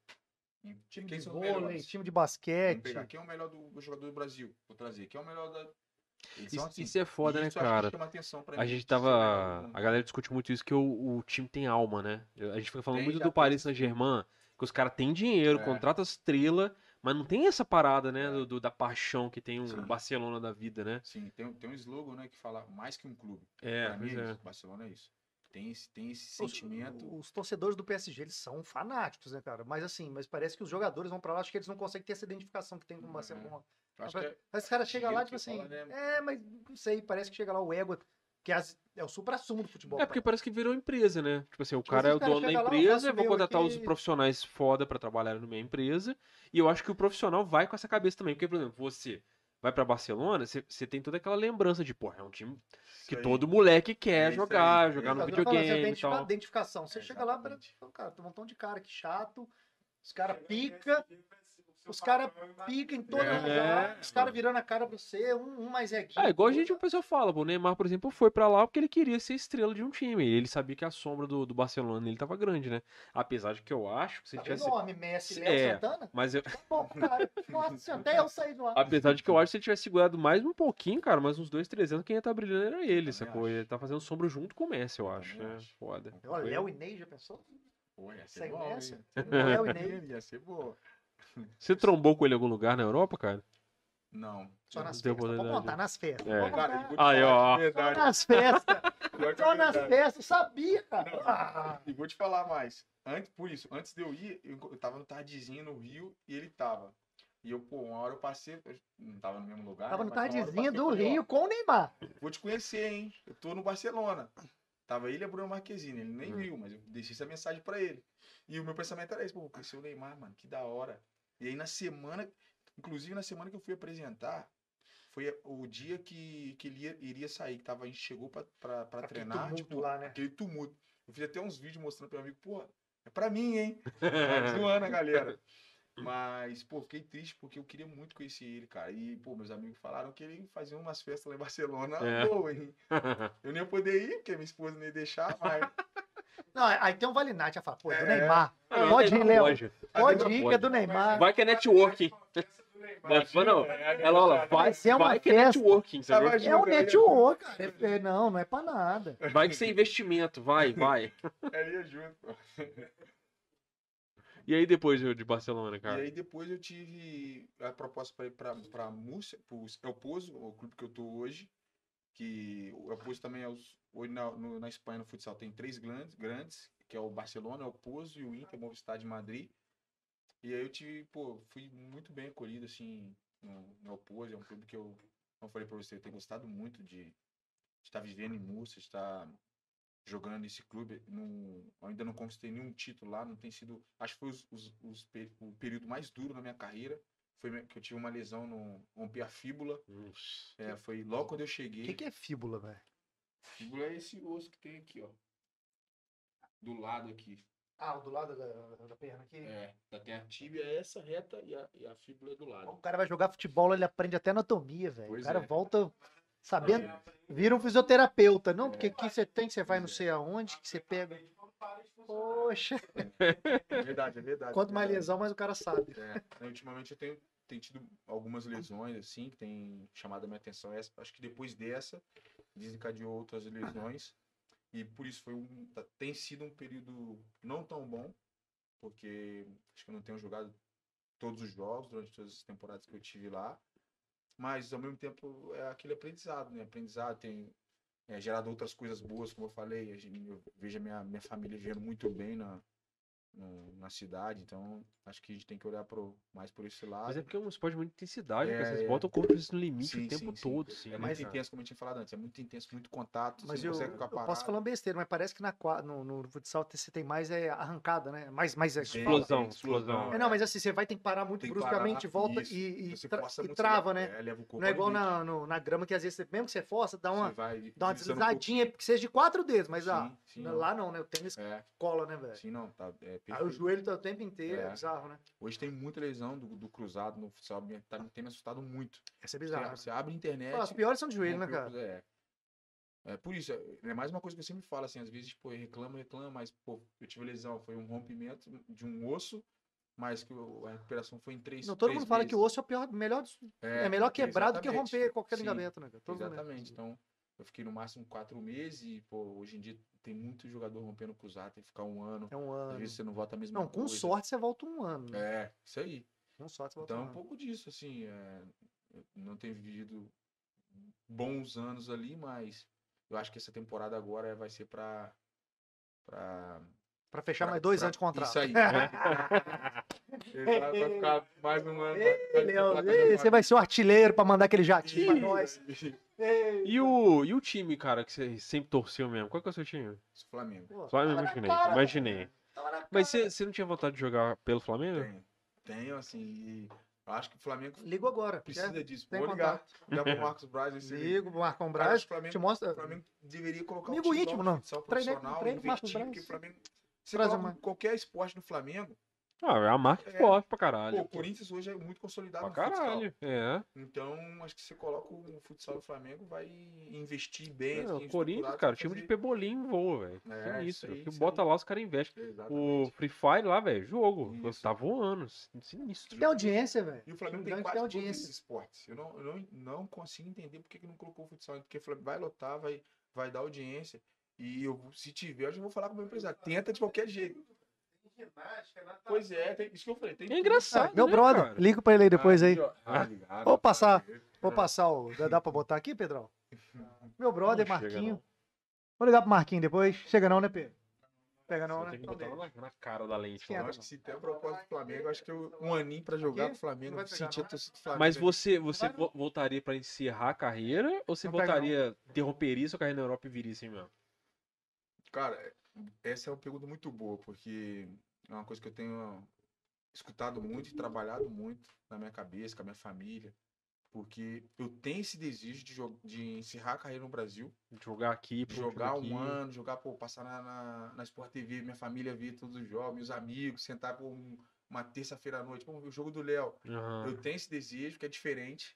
Em Time quem de são os vôlei, melhores. time de Vamos basquete. pegar quem é o melhor do, do jogador do Brasil. Vou trazer. Quem é o melhor da. Eles Isso, são assim. isso é foda, E né, isso acho que cara? chama atenção pra A mim, é gente de ser o melhor tava. do mundo. A galera discute muito isso, que o, o time tem alma, né? Eu- A gente fica falando Tem, muito já do tem. Paris Saint-Germain, que os caras têm dinheiro, É. contrata estrela, mas não tem essa parada, né? É. do- do- da paixão que tem um Sim. Barcelona da vida, né? Sim, tem, um- tem um slogan, né, que fala mais que um clube. É, pra mim, pois é é. isso. Barcelona é isso. Tem esse, tem esse Os- sentimento. Os, torcedores do PSG, eles são fanáticos, né, cara? Mas assim, mas parece que os jogadores vão pra lá, acho que eles não conseguem ter essa identificação que tem com o Uhum. Barcelona. Eu acho que é- Mas os caras chegam lá, Dinheiro tipo que né? assim, rola, é, mas não sei, parece que chega lá o ego, que é as- é o supra-sumo do futebol. É porque parece que virou empresa, né? Tipo assim, o cara é assim, o o cara dono da chega lá, eu empresa, faço eu vou meu contratar os aqui. profissionais foda pra trabalhar na minha empresa. E eu acho que o profissional vai com essa cabeça também. Porque, por exemplo, você vai pra Barcelona, você, você tem toda aquela lembrança de, porra, é um time isso que aí. todo moleque É quer isso aí. jogar, jogar É no isso Mas eu tô falando, você videogame e identifica- tal. identificação. Você É, chega lá, pra... exatamente. fala, cara, tem um montão de cara que chato, os caras pica, os cara pica em todo É, lugar, é, os caras mano. virando a cara pra você, um, um mais é É, igual a gente, o pessoal fala, pô, o Neymar, por exemplo, foi pra lá porque ele queria ser estrela de um time. Ele sabia que a sombra do, do Barcelona nele tava grande, né? Apesar de que eu acho que se ele Tá tivesse. enorme, Messi, Léo É. Santana, Mas eu, tá bom, cara. Nossa, até eu saí de lá. Apesar de que eu acho que se ele tivesse segurado mais um pouquinho, cara, mais uns dois, três anos, quem ia estar brilhando era ele, também sacou? acho. Ele tá fazendo sombra junto com o Messi, eu Eu acho, também né? acho. Foda. Olha, Léo e Ney, já pensou? Pô, ia ser Sem bom, Messi, hein? Léo e é Ney. Ia ser boa. Você trombou com ele em algum lugar na Europa, cara? Não. Só nas Não tem festas. Vou oportunidade. contar, nas festas. É. Vou contar. Cara, eu vou te Aí, falar ó. de verdade. Só nas festas. Pior que é Só nas verdade. festas. Sabia, cara. Não. Ah. E vou te falar mais. Antes, por isso, antes de eu ir, eu, eu tava no Tardezinho no Rio e ele tava. E eu, pô, uma hora eu passei, eu não tava no mesmo lugar. Tava né, no mas uma hora eu tardezinho passei, eu do falei, ó, Rio com o Neymar. Vou te conhecer, hein? Eu tô no Barcelona. Tava ele e a Bruna Marquezine. Ele nem Hum. viu, mas eu deixei essa mensagem pra ele. E o meu pensamento era esse, pô, vou conhecer o Neymar, mano, que da hora. E aí na semana, inclusive na semana que eu fui apresentar, foi o dia que, que ele ia- iria sair, que tava, a gente chegou pra, pra, pra Aquele treinar, tumulto tipo, lá, né? aquele tumulto. Eu fiz até uns vídeos mostrando pro meu amigo, pô, é pra mim, hein? Tá zoando a galera. Mas, pô, fiquei triste porque eu queria muito conhecer ele, cara. E, pô, meus amigos falaram que ele fazia umas festas lá em Barcelona É. boa, hein? Eu nem ia poder ir, porque minha esposa nem ia deixar, mas. Não, aí tem um Valinati. Já fala, pô, é do É. Neymar. Não, Pode ir, não Léo. pode. Pode Não ir, que pode. é do Neymar. Vai que é networking. Mas, Mas, não, ela, olha, vai, Mas é uma vai que é festa. networking, sabe? Tava É um jogo aí, network, cara. É- é- não, não é pra nada. Vai que isso é investimento, vai, vai. Ela ia junto, pô. E aí depois eu de Barcelona, E cara? aí depois eu tive a proposta para ir pra, pra Múrcia, pro El Pozo, o clube que eu tô hoje. Que o El Pozo também é os. Hoje na, no- na Espanha, no futsal, tem três grandes, grandes, que é o Barcelona, o El Pozo e o Inter, Movistar de Madrid. E aí eu tive, pô, fui muito bem acolhido, assim, no, no El Pozo. É um clube que eu, como eu falei pra você, eu tenho gostado muito de de estar vivendo em Múrcia, de tá estar jogando nesse clube. Não, ainda não conquistei nenhum título lá, não tem sido. Acho que foi os- os- os pe- o período mais duro na minha carreira. Foi me- que eu tive uma lesão no. Rompi a fíbula. Ups. É, foi logo quando eu cheguei. O que, que é fíbula, velho? Fíbula é esse osso que tem aqui, ó. Do lado aqui. Ah, o do lado da, da perna aqui. É. Da terra tíbia é essa reta e a, e a fíbula é do lado. O cara vai jogar futebol, ele aprende até anatomia, velho. O Pois cara é. volta sabendo. Vira um fisioterapeuta, não? Porque aqui você tem, você vai não Pois é. sei aonde, que você pega. Poxa, É verdade, é verdade. quanto mais verdade. lesão, mais o cara sabe. É, ultimamente eu tenho, tenho tido algumas lesões, assim, que tem chamado a minha atenção. Essa, acho que depois dessa, desencadeou outras lesões. E por isso foi um, tá- tem sido um período não tão bom, porque acho que eu não tenho jogado todos os jogos durante todas as temporadas que eu tive lá. Mas ao mesmo tempo é aquele aprendizado, né? Aprendizado tem é, gerado outras coisas boas, como eu falei. a gente- Eu vejo a minha, minha família vivendo muito bem na, no- na cidade, então acho que a gente tem que olhar pro, mais por esse lado. Mas é porque é um esporte de muita intensidade, É, cara. Vocês é. botam o corpo assim no limite Sim, o tempo sim, sim. todo, sim. É né, muito cara? intenso, como eu tinha falado antes. É muito intenso, muito contato. Mas você eu, não consegue eu ficar parado. posso falar um besteira, mas parece que na, qua- no, no futsal você tem mais é, arrancada, né? Mais, mais é, Tem, fala. Explosão, tem explosão. É, não, mas assim, você vai ter que parar muito Tem que bruscamente, parar, volta isso. e, e Você tra- e força muito, você trava, le- né? é, leva o corpo Não é ao igual limite. na, no- na grama que às vezes, você- mesmo que você força, dá uma, Você vai dá uma deslizando um pouco. deslizadinha, que seja de quatro dedos, mas ah, Sim, sim, não. lá não, né? O tênis É, cola, né, velho? sim, não. Tá, é perfeito. Aí o joelho tá o tempo inteiro, é, É. bizarro, né? Hoje tem muita lesão do, do cruzado no futsal. me- Tá, tem me assustado muito. Essa é Você, bizarra. você abre a internet. Pô, as piores são de joelho, né, rompe o cara? cruz- É. É, por isso, é é mais uma coisa que eu sempre falo, assim, às vezes, pô, reclama, reclama, mas, pô, eu tive lesão, foi um rompimento de um osso, mas que o- a recuperação foi em três Não, todo três mundo fala que o meses. osso é o pior, melhor, dos- é, melhor quebrar do que exatamente. romper qualquer Sim, ligamento, né? cara? Todo mundo lembra. Exatamente. Então, eu fiquei no máximo quatro meses e, pô, hoje em dia tem muito jogador rompendo cruzado, tem que ficar um ano. É um Às ano. vezes você não volta a mesma Não, com coisa. sorte você volta um ano. né? É, isso aí. Com sorte você volta Então, um um ano. pouco disso, assim, é, eu não tenho vivido bons anos ali, mas eu acho que essa temporada agora vai ser pra... pra Pra fechar pra- mais dois pra- anos de contrato. Isso aí. Exato, vai ficar mais um ano. vai- vai Ei, Léo, ficar- ei, você vai ser o artilheiro pra mandar aquele jatinho pra Ih. nós. E o, e o time, cara, que você sempre torceu mesmo? Qual que é o seu time? Flamengo. Pô, Só eu tava na imaginei, cara, imaginei. velho. Tava na Mas cara. você você não tinha vontade de jogar pelo Flamengo? Tenho. Tenho, assim, e eu acho que o Flamengo Ligo agora. precisa quer? disso. Tem Vou ligar, ligar É. pro Marcos Braz nesse Ligo, Marcão Cara, Braz. o Flamengo- Te O mostra. Flamengo deveria colocar Amigo um time íntimo, lá, não. um futsal Treino- profissional, treino com o Marcos investir, Braz. porque o Flamengo... Você Traz coloca uma- qualquer esporte do Flamengo, Ah, é uma marca É. forte pra pô, caralho. o Corinthians hoje é muito consolidado Pra no futsal. caralho. É. Então, acho que você coloca o futsal do Flamengo, vai investir bem. É, assim, o Corinthians, estruturado cara, o pra time de fazer- pebolim voa, velho. É, isso Sinistro. aí, que isso bota aí. lá, os caras investem. O Exatamente. Free Fire lá, velho, jogo. Isso. Tá voando. Sinistro. Tem audiência, velho. E o Flamengo Grande tem tem quase todos audiência. esses esportes. Eu não, eu não, não consigo entender por que que não colocou o futsal. Porque o Flamengo vai lotar, vai, Tá, vai dar audiência. E eu, se tiver, eu já vou falar com o meu empresário. Tenta de qualquer jeito. ginástica, né? natação. Pois é, tem, isso que eu falei. Tem É engraçado. meu né, brother, cara? liga pra ele aí depois aí. Vou Vou passar. Vou passar o. Dá, dá pra botar aqui, Pedrão? Meu brother, Não chega, Marquinho. não. Vou ligar pro Marquinho depois. Chega não, né, Pedro? Pega não, Só né? tem que Então botar deixa. lá na, na cara da lente. Esquenta. Lá. acho que se Tá, tem o propósito do Flamengo, acho que eu- um aninho pra jogar Aqui? pro Flamengo, Não vai pegar, sentir a não. torcida do Flamengo. Mas você, você Vai, não. vo- voltaria pra encerrar a carreira? Ou você Não pega, voltaria, interromperia sua carreira na Europa e viria assim mesmo? Cara, essa é uma pergunta muito boa, porque é uma coisa que eu tenho escutado muito e trabalhado muito na minha cabeça, com a minha família, porque eu tenho esse desejo de, jo- de encerrar a carreira no Brasil, Jogar aqui, pô, jogar aqui. um ano, jogar, pô, passar na, na, na Sport TV, minha família ver todos os jogos, meus amigos, sentar por um- uma terça-feira à noite, pô, ver o jogo do Léo. Aham. Eu tenho esse desejo que é diferente,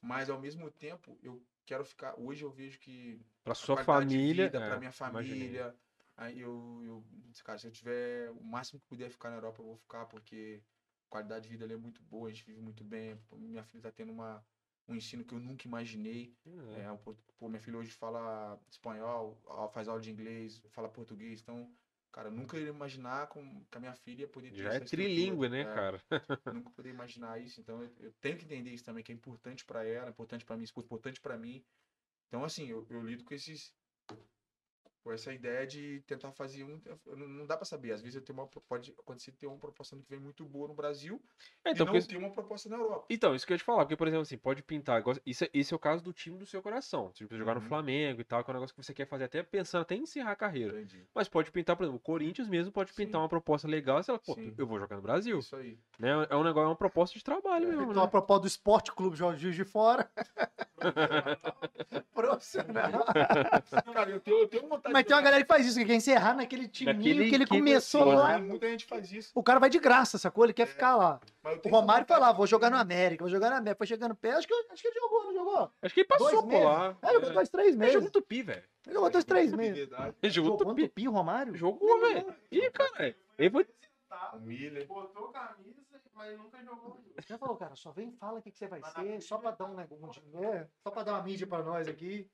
mas ao mesmo tempo eu quero ficar. Hoje eu vejo que Pra sua qualidade de família. vida, é, pra minha imaginei. família. Aí eu, eu, cara, se eu tiver o máximo que puder ficar na Europa, eu vou ficar, porque a qualidade de vida ali é muito boa, a gente vive muito bem. pô, Minha filha tá tendo uma, um ensino que eu nunca imaginei. É. É, um por- pô, minha filha hoje fala espanhol, ó, faz aula de inglês, fala português, então. Cara, eu nunca ia imaginar com, que a minha filha ia poder ter Já essa é estrutura, trilingue, né, é, cara? eu nunca poderia imaginar isso. Então eu, eu tenho que entender isso também, que é importante para ela, é importante para minha esposa, importante para mim. Então assim, eu, eu lido com esses com essa ideia de tentar fazer um, eu não não dá para saber. Às vezes eu tenho uma pro- pode acontecer de ter uma proposta ano que vem muito boa no Brasil É, então, e não porque- ter uma proposta na Europa. Então, isso que eu ia te falar, porque, por exemplo, assim, pode pintar. igual- Isso, é- esse é o caso do time do seu coração. Tipo, você jogar no Uhum. Flamengo e tal, que é um negócio que você quer fazer até pensando até em encerrar a carreira. Entendi. Mas pode pintar, por exemplo, o Corinthians mesmo pode Sim. pintar uma proposta legal e você fala, pô, Sim. eu vou jogar no Brasil. Isso aí. Né? É um negócio, é uma proposta de trabalho É. mesmo, Então, a né? propósito do Esporte Clube Jorge Juiz de Fora, profissional. Cara, eu tenho, eu tenho vontade Mas de tem uma jogar. galera que faz isso, que quer encerrar naquele timinho tá Naquele que ele que começou começou, né? lá. muita gente faz isso. O cara vai de graça, sacou? Ele quer ficar lá. mas eu O tenho essa Romário foi vontade. lá, vou jogar no América, vou jogar na América. Foi chegando perto, acho que, acho que ele jogou, não jogou? Acho que ele Dois passou por meses. lá. É, jogou dois, três Ele jogou meses. no Tupi, velho. Ele jogou dois, três meses. Verdade. Ele jogou no Jogou no Tupi. Tupi, o Romário? Jogou, velho. Ih, é, cara. é. Ele foi... Tá, Humilha. botou camisa, mas nunca jogou. Já falou, cara, só vem e fala o que, que você vai ser, só pra dar um, um dinheiro, só pra dar uma mídia pra nós aqui.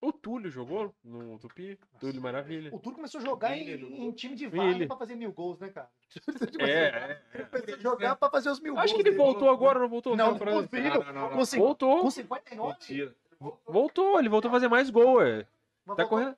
O Túlio jogou no Tupi. Túlio Maravilha. O Túlio começou a jogar em, Ele jogou. em time de Ele. vale pra fazer mil gols, né, cara? Tipo assim, É, é. começou a jogar pra fazer os mil Acho que gols. ele dele. voltou agora, não voltou? Não, né, pra- não possível. Ah, Não, não, não, não. Com, cin- Voltou. com 59? Mentira. Voltou, ele voltou a fazer mais gol, é. mas Tá voltou- correndo.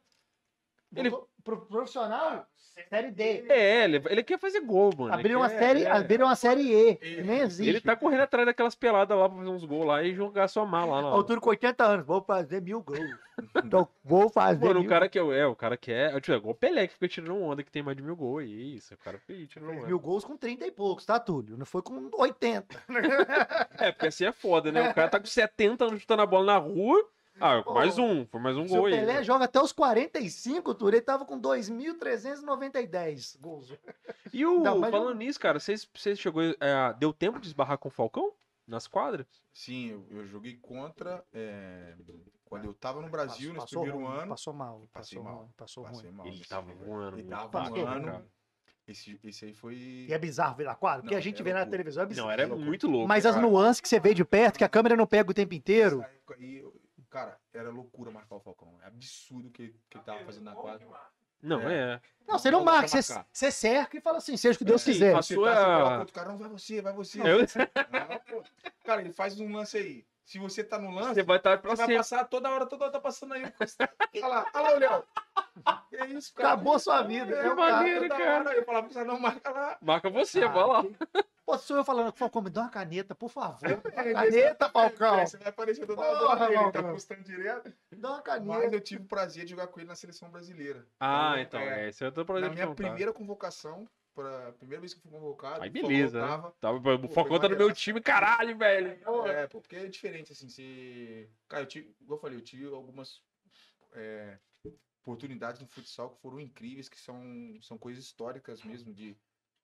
ele- voltou Pro profissional? Série D. É, ele, ele quer fazer gol, mano. Abriram ele uma quer- série, é. abriram uma série E, que nem existe. Ele tá correndo atrás daquelas peladas lá pra fazer uns gols lá e jogar sua mala lá. Altura com 80 anos, vou fazer mil gols. então, vou fazer Mano, o mil, cara que é, é, o cara que é, tipo, é igual o Pelé que fica tirando onda que tem mais de mil gols, e isso, é o cara fica tirando onda. mil gols com 30 e poucos, tá, Túlio? Não foi com 80. É, porque assim é foda, né? O cara tá com 70 anos chutando a bola na rua, ah, Pô, mais um, foi mais um Se o gol aí. Pelé joga até os 45, Túlio, ele tava com 2.390 gols. E o, Não, mas falando eu- nisso, cara, vocês, vocês chegou, é, deu tempo de esbarrar com o Falcão? Nas quadras? Sim, eu, eu joguei contra. é, quando eu tava no Brasil, Passou- nesse primeiro ruim, ano. Passou mal, Passei passou mal. ruim, passou passei ruim. mal Ele nesse tava jogo. voando. Ele mano. tava Passei Cara. voando. Esse, esse aí foi. E é bizarro ver na quadra, porque Não, a gente é vê na loucura. televisão, é Não, bizarro. era muito louco. Mas as cara. nuances que você vê de perto, que a câmera não pega o tempo inteiro, Essa época aí, eu- cara, era loucura marcar o Falcão. É absurdo o que, que ele tava fazendo na quadra. Não, é. Não, você não Não dá marca, pra você, marcar. você cerca e fala assim, seja o que Deus Assim, quiser. a Você sua- tá assim, fala pro outro cara, não, vai você, vai você. Eu- Ah, pô. Cara, ele faz um lance aí. Se você tá no lance, assim, Você você vai estar pra vai, sempre. passar toda hora, toda hora tá passando aí. Olha lá, olha lá, o Léo. Que É isso, cara. Acabou sua vida. É, é o eu cara. cara, maneiro, toda cara. hora. Eu falava pro cara, não, marca lá. Marca você, Ah, vai lá. Pô, sou eu falando, Falcão, me dá uma caneta, por favor. Caneta, Falcão. Você vai aparecer do Porra, lado do lado dele, ele tá Falcão. custando direto. Me dá uma Mas caneta. eu tive o prazer de jogar com ele na seleção brasileira. Ah, então, é, é. Esse é outro Na problema de minha contar. primeira convocação, pra primeira vez que eu fui convocado, Aí o Falcão beleza, né? tava- Tava- o Falcão foi tá no meu maneiraço. time, caralho, velho. É, pô, porque é diferente, assim, se... Cara, eu tive, igual eu falei, eu tive algumas é, oportunidades no futsal que foram incríveis, que são, são coisas históricas mesmo, de,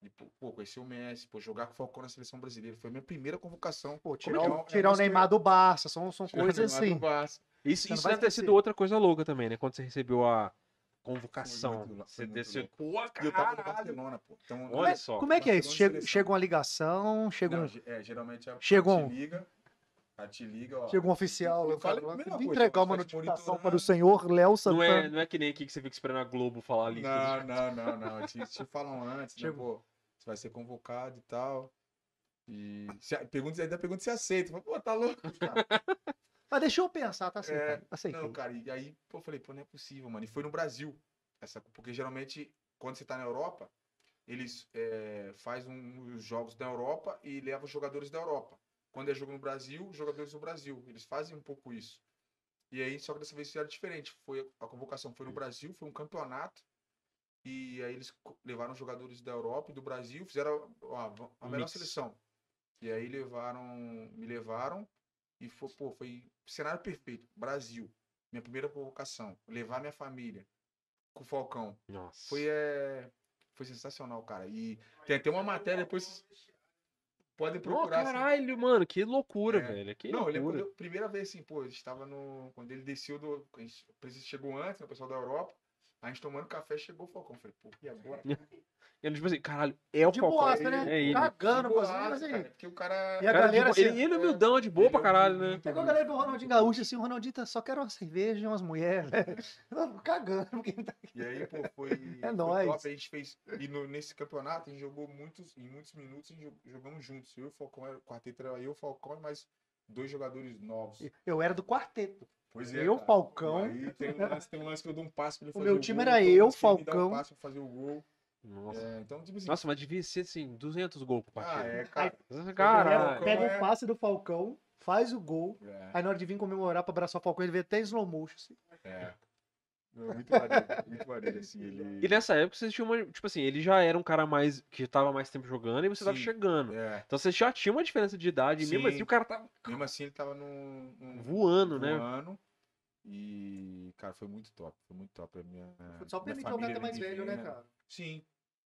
de, pô, conhecer o Messi, pô, jogar com o Falcão na seleção brasileira. Foi a minha primeira convocação. Pô, Como tirar, é que o, é um tirar o negócio Neymar do Barça, são, são Tirando coisas lá do assim. Vasco. Isso, Você isso não vai deve ter sido esquecer. outra coisa louca também, né? Quando você recebeu a convocação. Foi muito louco, você foi muito desceu. louco. Pô, E eu tava no caralho. Barcelona, pô. Então, Olha não, só. Como é que é isso? Barcelona Chega, seleção. chega uma ligação, chega um... ge- é, geralmente a Chegou te um. liga, Aí te liga, ó. Chega um oficial, Me eu falo, fala a mesma vim coisa, entregar uma você tá te notificação monitorando. para o senhor Léo Não é, Santana. não é que nem aqui que você fica esperando a Globo falar ali. Não, não, não, não. Te, te falam antes, né? Chega. Pô, você vai ser convocado e tal. E se, a- pergunta, ainda pergunta se aceita. Fala, Pô, tá louco, cara. Mas deixa eu pensar, tá aceitando. É, aceitei. Não, cara, e aí, pô, eu falei, pô, não é possível, mano. E foi no Brasil. Essa, porque geralmente, quando você tá na Europa, eles é, fazem um- os jogos da Europa e levam os jogadores da Europa. Quando é jogo no Brasil, os jogadores do Brasil. Eles fazem um pouco isso. E aí, só que dessa vez fizeram diferente. Foi, a convocação foi no Brasil, foi um campeonato. E aí eles co- levaram os jogadores da Europa e do Brasil, fizeram a, a- a melhor Mix. seleção. E aí levaram, me levaram e foi, pô, foi cenário perfeito. Brasil, minha primeira convocação, levar minha família com o Falcão. Nossa. Foi, é, foi sensacional, cara. E tem até uma Então, matéria, depois podem Ó, procurar. assim. caralho, mano, que loucura, É. velho. Que Não, eu lembro loucura. quando eu- primeira vez assim, pô, a gente tava no. Quando ele desceu do. A gente o presidente chegou antes, né, o pessoal da Europa. A gente tomando café, chegou o Falcão. Falei, pô, e agora? Ele, tipo assim, caralho, é o De Falcão. boaça, né? É ele. Cagando com as Boato, minas cara, aí. Porque o cara. E Cara, a de galera boa- assim, ele, ele é humildão, de boa pra caralho, né? Pegou É a galera do Ronaldinho Gaúcho, assim, o Ronaldinho tá, só quero uma cerveja e umas mulheres. Não, Cagando, porque não tá E aí, pô, foi. foi É nóis. top, A gente fez. E no- nesse campeonato, a gente jogou muitos, em muitos minutos, a gente jo- jogamos juntos. Eu e o Falcão, era- o quarteto era eu, o Falcão e mais dois jogadores novos. Eu era do quarteto. Pois é. Eu, cara. Falcão. E Aí tem um, lance, tem um lance que eu dou um passe pra ele O fazer meu o time gol, era então, eu, antes que ele me dá Falcão. O passe pra fazer o gol. Nossa. É, então, tipo assim. Nossa, mas devia ser assim, 200 gols por ah, partida. é, cara. Caralho. Falcão. Pega o passe do Falcão, faz o gol. É, Aí na hora de vir comemorar pra abraçar o Falcão, ele veio até em slow motion. assim. é. Muito maneiro, muito maneiro, assim. Ele... E nessa época vocês tinham uma. Tipo assim, ele já era um cara mais. que tava mais tempo jogando e você tava Sim. chegando. É, Então você já tinha uma diferença de idade, e mesmo Sim. assim o cara tava mesmo assim ele tava num. num- voando, né? voando. E, cara, foi muito top. Foi muito top. A minha, Só minha permitir o cara É. família tá mais me velho, né, vendo. cara? Sim.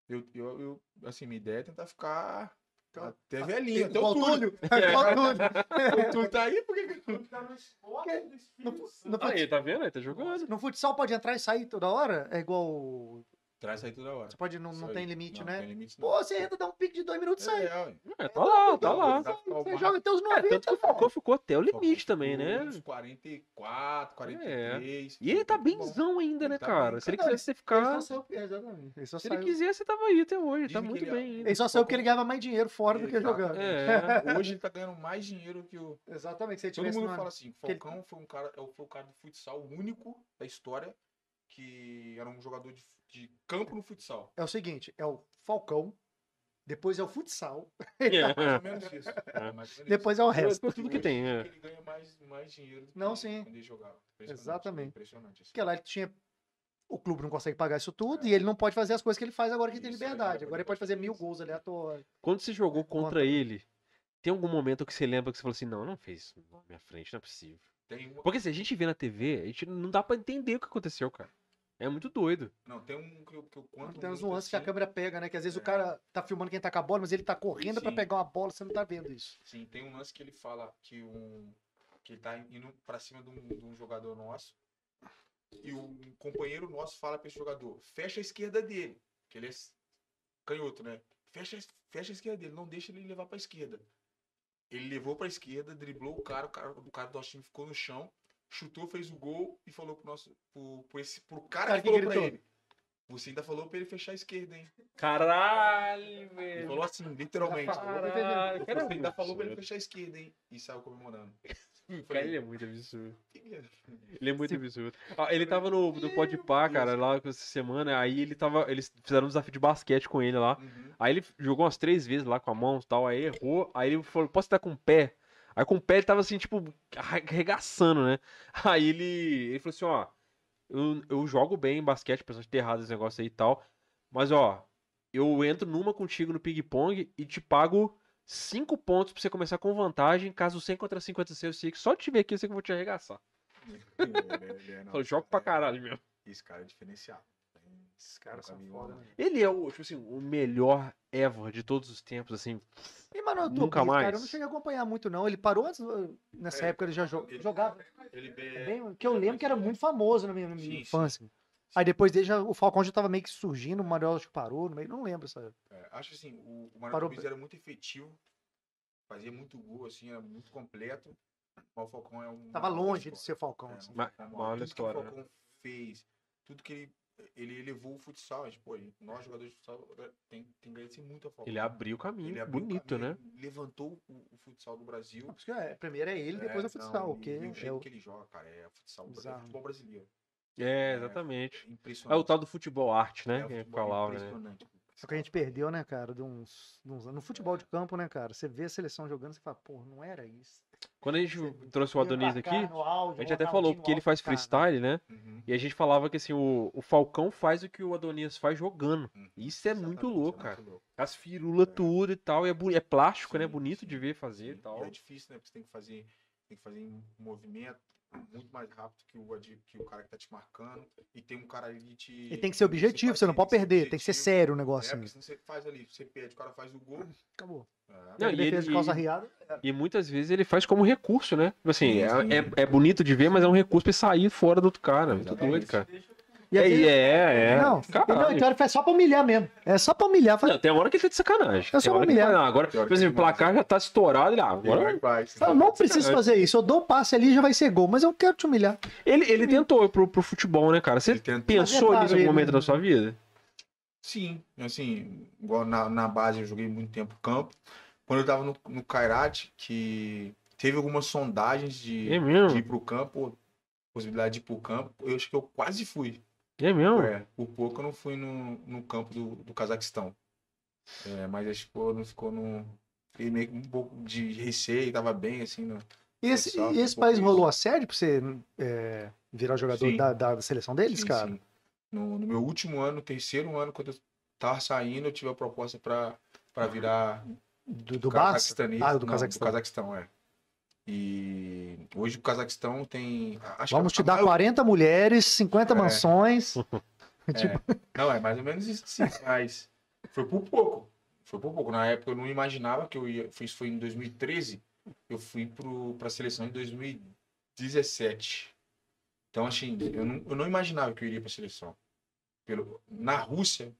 Eu, eu, eu, assim, minha ideia é tentar ficar Então, até velhinho, até o Igual Túlio. Igual Túlio. O Túlio tá aí, por que que- Ele tá no esporte do Espírito não Santo. foi- Aí, tá vendo? Ele tá jogando. No futsal pode entrar e sair toda hora? É igual. Traz aí toda hora. Você pode, não, Isso não aí. tem limite, Não, né? tem limite, não. Pô, você entra, dá um pique de dois minutos e sai. É, ué. É, tá lá, tá Não, lá. tá- tá o Você Marcos- joga até os É, 90. tanto que o Falcão ficou até o limite também, né? Uns 44, 43. E ele tá muito bom. bemzão ainda, Ele né, tá cara? bem, Se ele cara. quisesse Ele ficar. só saiu, é, exatamente. Ele só Se ele saiu- quisesse, tava aí até hoje. Dizem tá que muito ele- é bem ainda. ele só saiu porque ele ganhava mais dinheiro fora do que né, Exato. É. jogando. Hoje ele tá ganhando mais dinheiro que o. Exatamente. Se ele Todo tivesse mundo numa- fala assim: o que ele- Falcão foi, um cara, é o- foi o cara do futsal, o único da história que era um jogador de, de campo no futsal. É o seguinte: é o Falcão, depois é o futsal, Mais É. ou menos isso. É. tá Mais ou menos depois é o É, resto. Por tudo que tem, é. Ele ganha mais, mais dinheiro do que Não, sim. quando ele jogava. Impressionante, Exatamente. Impressionante. assim. Porque lá ele tinha. O clube não consegue pagar isso tudo e ele não pode fazer as coisas que ele faz agora que ele tem É. Isso, agora liberdade. ele Agora ele pode pode fazer fazer mil isso. gols aleatórios. Quando você jogou Conta. contra ele, tem algum momento que você lembra que você falou assim, não, eu não fez isso na minha frente, não é possível. Tem um, Porque se a gente vê na TV, a gente não dá pra entender o que aconteceu, cara. É muito doido. não, tem um que eu, que eu conto. Tem uns muito, nuances que a assim, câmera pega, né? Que às vezes o É. cara tá filmando quem tá com a bola, mas ele tá correndo pra Sim. pegar uma bola, você não tá vendo isso. Sim, tem um lance que ele fala que um que ele tá indo pra cima de um, de um jogador nosso e um companheiro nosso fala pra esse jogador, fecha a esquerda dele, que ele é s- canhoto, né? Fecha, a es- fecha a esquerda dele, não deixa ele levar pra esquerda. Ele levou pra esquerda, driblou o cara, o cara, o cara do nosso time ficou no chão, chutou, fez o gol e falou pro nosso pro, pro esse pro cara, Cara que, que falou pra gritou. ele. Você ainda falou pra ele fechar a esquerda, hein? Caralho, É. Ele falou assim, literalmente. Caralho. Você ainda falou um- pra ele fechar a esquerda, hein? E saiu comemorando. Cara, ele é muito absurdo. Entendeu? Ele é muito absurdo. Ah, ele tava no, no Podpah, cara, lá essa semana. Aí ele tava. Eles fizeram um desafio de basquete com ele lá. Uhum. Aí ele jogou umas três vezes lá com a mão e tal, aí errou. Aí ele falou, posso dar com o pé? Aí com o pé ele tava assim, tipo, arregaçando, né? Aí ele, ele falou assim, ó, eu, eu jogo bem em basquete, apesar de ter errado esse negócio aí e tal. Mas, ó, eu entro numa contigo no ping-pong e te pago cinco pontos pra você começar com vantagem. Caso 100 contra 50 seja, eu sei que só te ver aqui, eu sei que eu vou te arregaçar. Ele é- ele é- não, Falou, jogo pra é- caralho mesmo. Esse cara é diferenciado. né? Esses caras são foda, né? Ele é o, tipo assim, o melhor ever de todos os tempos, assim. E, mano, eu tô Nunca bem, cara, eu mais. não cheguei a acompanhar muito, não. Ele parou antes, uh, nessa É, época ele já jo- ele- jogava. Ele É bem. bem- que eu lembro que era muito famoso na minha, na minha Sim, sim. infância. Aí depois dele, já, o Falcão já tava meio que surgindo, o Manuel acho que parou no meio, não lembro. Sabe? é, acho assim, o, o Parou Maravilhoso bem. era muito efetivo. Fazia muito gol, assim, era muito completo. Mas o Falcão é um. Tava longe de do ser Falcão. É, assim. Ma- Falcão, maior tudo da história, né? que o Falcão fez, tudo que ele, ele elevou o futsal, a gente, pô, ele- nós jogadores de futsal é, tem, tem que agradecer muito ao Falcão. Ele abriu o caminho, Ele abriu o bonito, caminho, né? ele Levantou o, o futsal do Brasil. Não, porque, é, primeiro é ele, depois é o não, futsal. e- que e o é jeito o- que ele joga, cara, é futsal, é Bizarro. futebol brasileiro. É, É, exatamente. É Impressionante. o tal do futebol arte, né? o que futebol falava, né? impressionante. Só que a gente perdeu, né, cara, de uns, de uns anos. No futebol de campo, né, cara? Você vê a seleção jogando, você fala, pô, não era isso. Quando a gente trouxe o Adonis aqui, a gente um até falou, porque ele faz freestyle, né? Uhum, E a gente falava que assim, o, o Falcão faz o que o Adonis faz jogando. uhum. Isso é muito Exatamente, louco, é cara. muito louco. As firulas, tudo e tal. E é, bu- é plástico, né? Sim, Bonito sim, de ver fazer e Sim, tal. é difícil, né? Porque você tem que fazer, tem que fazer um movimento muito mais rápido que o, ad- que o cara que tá te marcando. E tem um cara ali te. Ele tem que ser objetivo, você não pode perder, tem que ser sério o negócio. É, assim. porque senão você faz ali, você perde, o cara faz o gol. Acabou. é, Não, Pega e defesa ele- de calça e- riada, E muitas vezes ele faz como recurso, né? Tipo Assim, Sim, é, sim. é, é bonito de ver, mas é um recurso pra sair fora do outro cara. Muito Exatamente. doido, cara. E é, aí- é, é. Não, Caralho. não, então ele faz só pra humilhar mesmo. É só pra humilhar. Faz... Não, tem hora que ele tá de sacanagem. Eu tem sou hora que ele humilhado. fala, não, agora, Tem hora por que é exemplo, o ele mata. placar já tá estourado. Ele, ah, agora. vai, Eu não preciso fazer isso, eu dou o passe ali e já vai ser gol, mas eu quero te humilhar. Ele, ele tentou ir pro, pro futebol, né, cara? Você Ele tentou. pensou Mas é nisso em claro, algum momento ele- da sua vida? Sim, assim, igual na, na base eu joguei muito tempo campo. Quando eu tava no, no Kairat, que teve algumas sondagens de, É Hum. de ir mesmo? pro campo, possibilidade de ir pro campo, eu acho que eu quase fui. É Hum. mesmo? É, por pouco eu não fui no, no campo do, do Cazaquistão. É, mas acho que ficou, não ficou no. Fiquei meio que um pouco de receio, tava bem assim. No... E esse, Futsal, e esse futebol, país isso. rolou assédio pra você é, virar jogador Sim. da, da seleção deles, Sim, cara? sim. No, no meu último ano, terceiro ano, quando eu tava saindo, eu tive a proposta pra, pra virar Do, do Barça? cazaquistanês. Ah, do Não, Cazaquistão. Do Cazaquistão, é. E hoje o Cazaquistão tem. acho que Vamos a- te a dar maior- 40 mulheres, 50 É. mansões. Não, é mais ou menos isso, sim. Mas foi por pouco. Foi por pouco. Na época eu não imaginava que eu ia. foi- Isso foi em 2013. Eu fui pro, pra seleção em 2017. Então, assim, eu não, eu não imaginava que eu iria pra seleção. Pelo, na Rússia,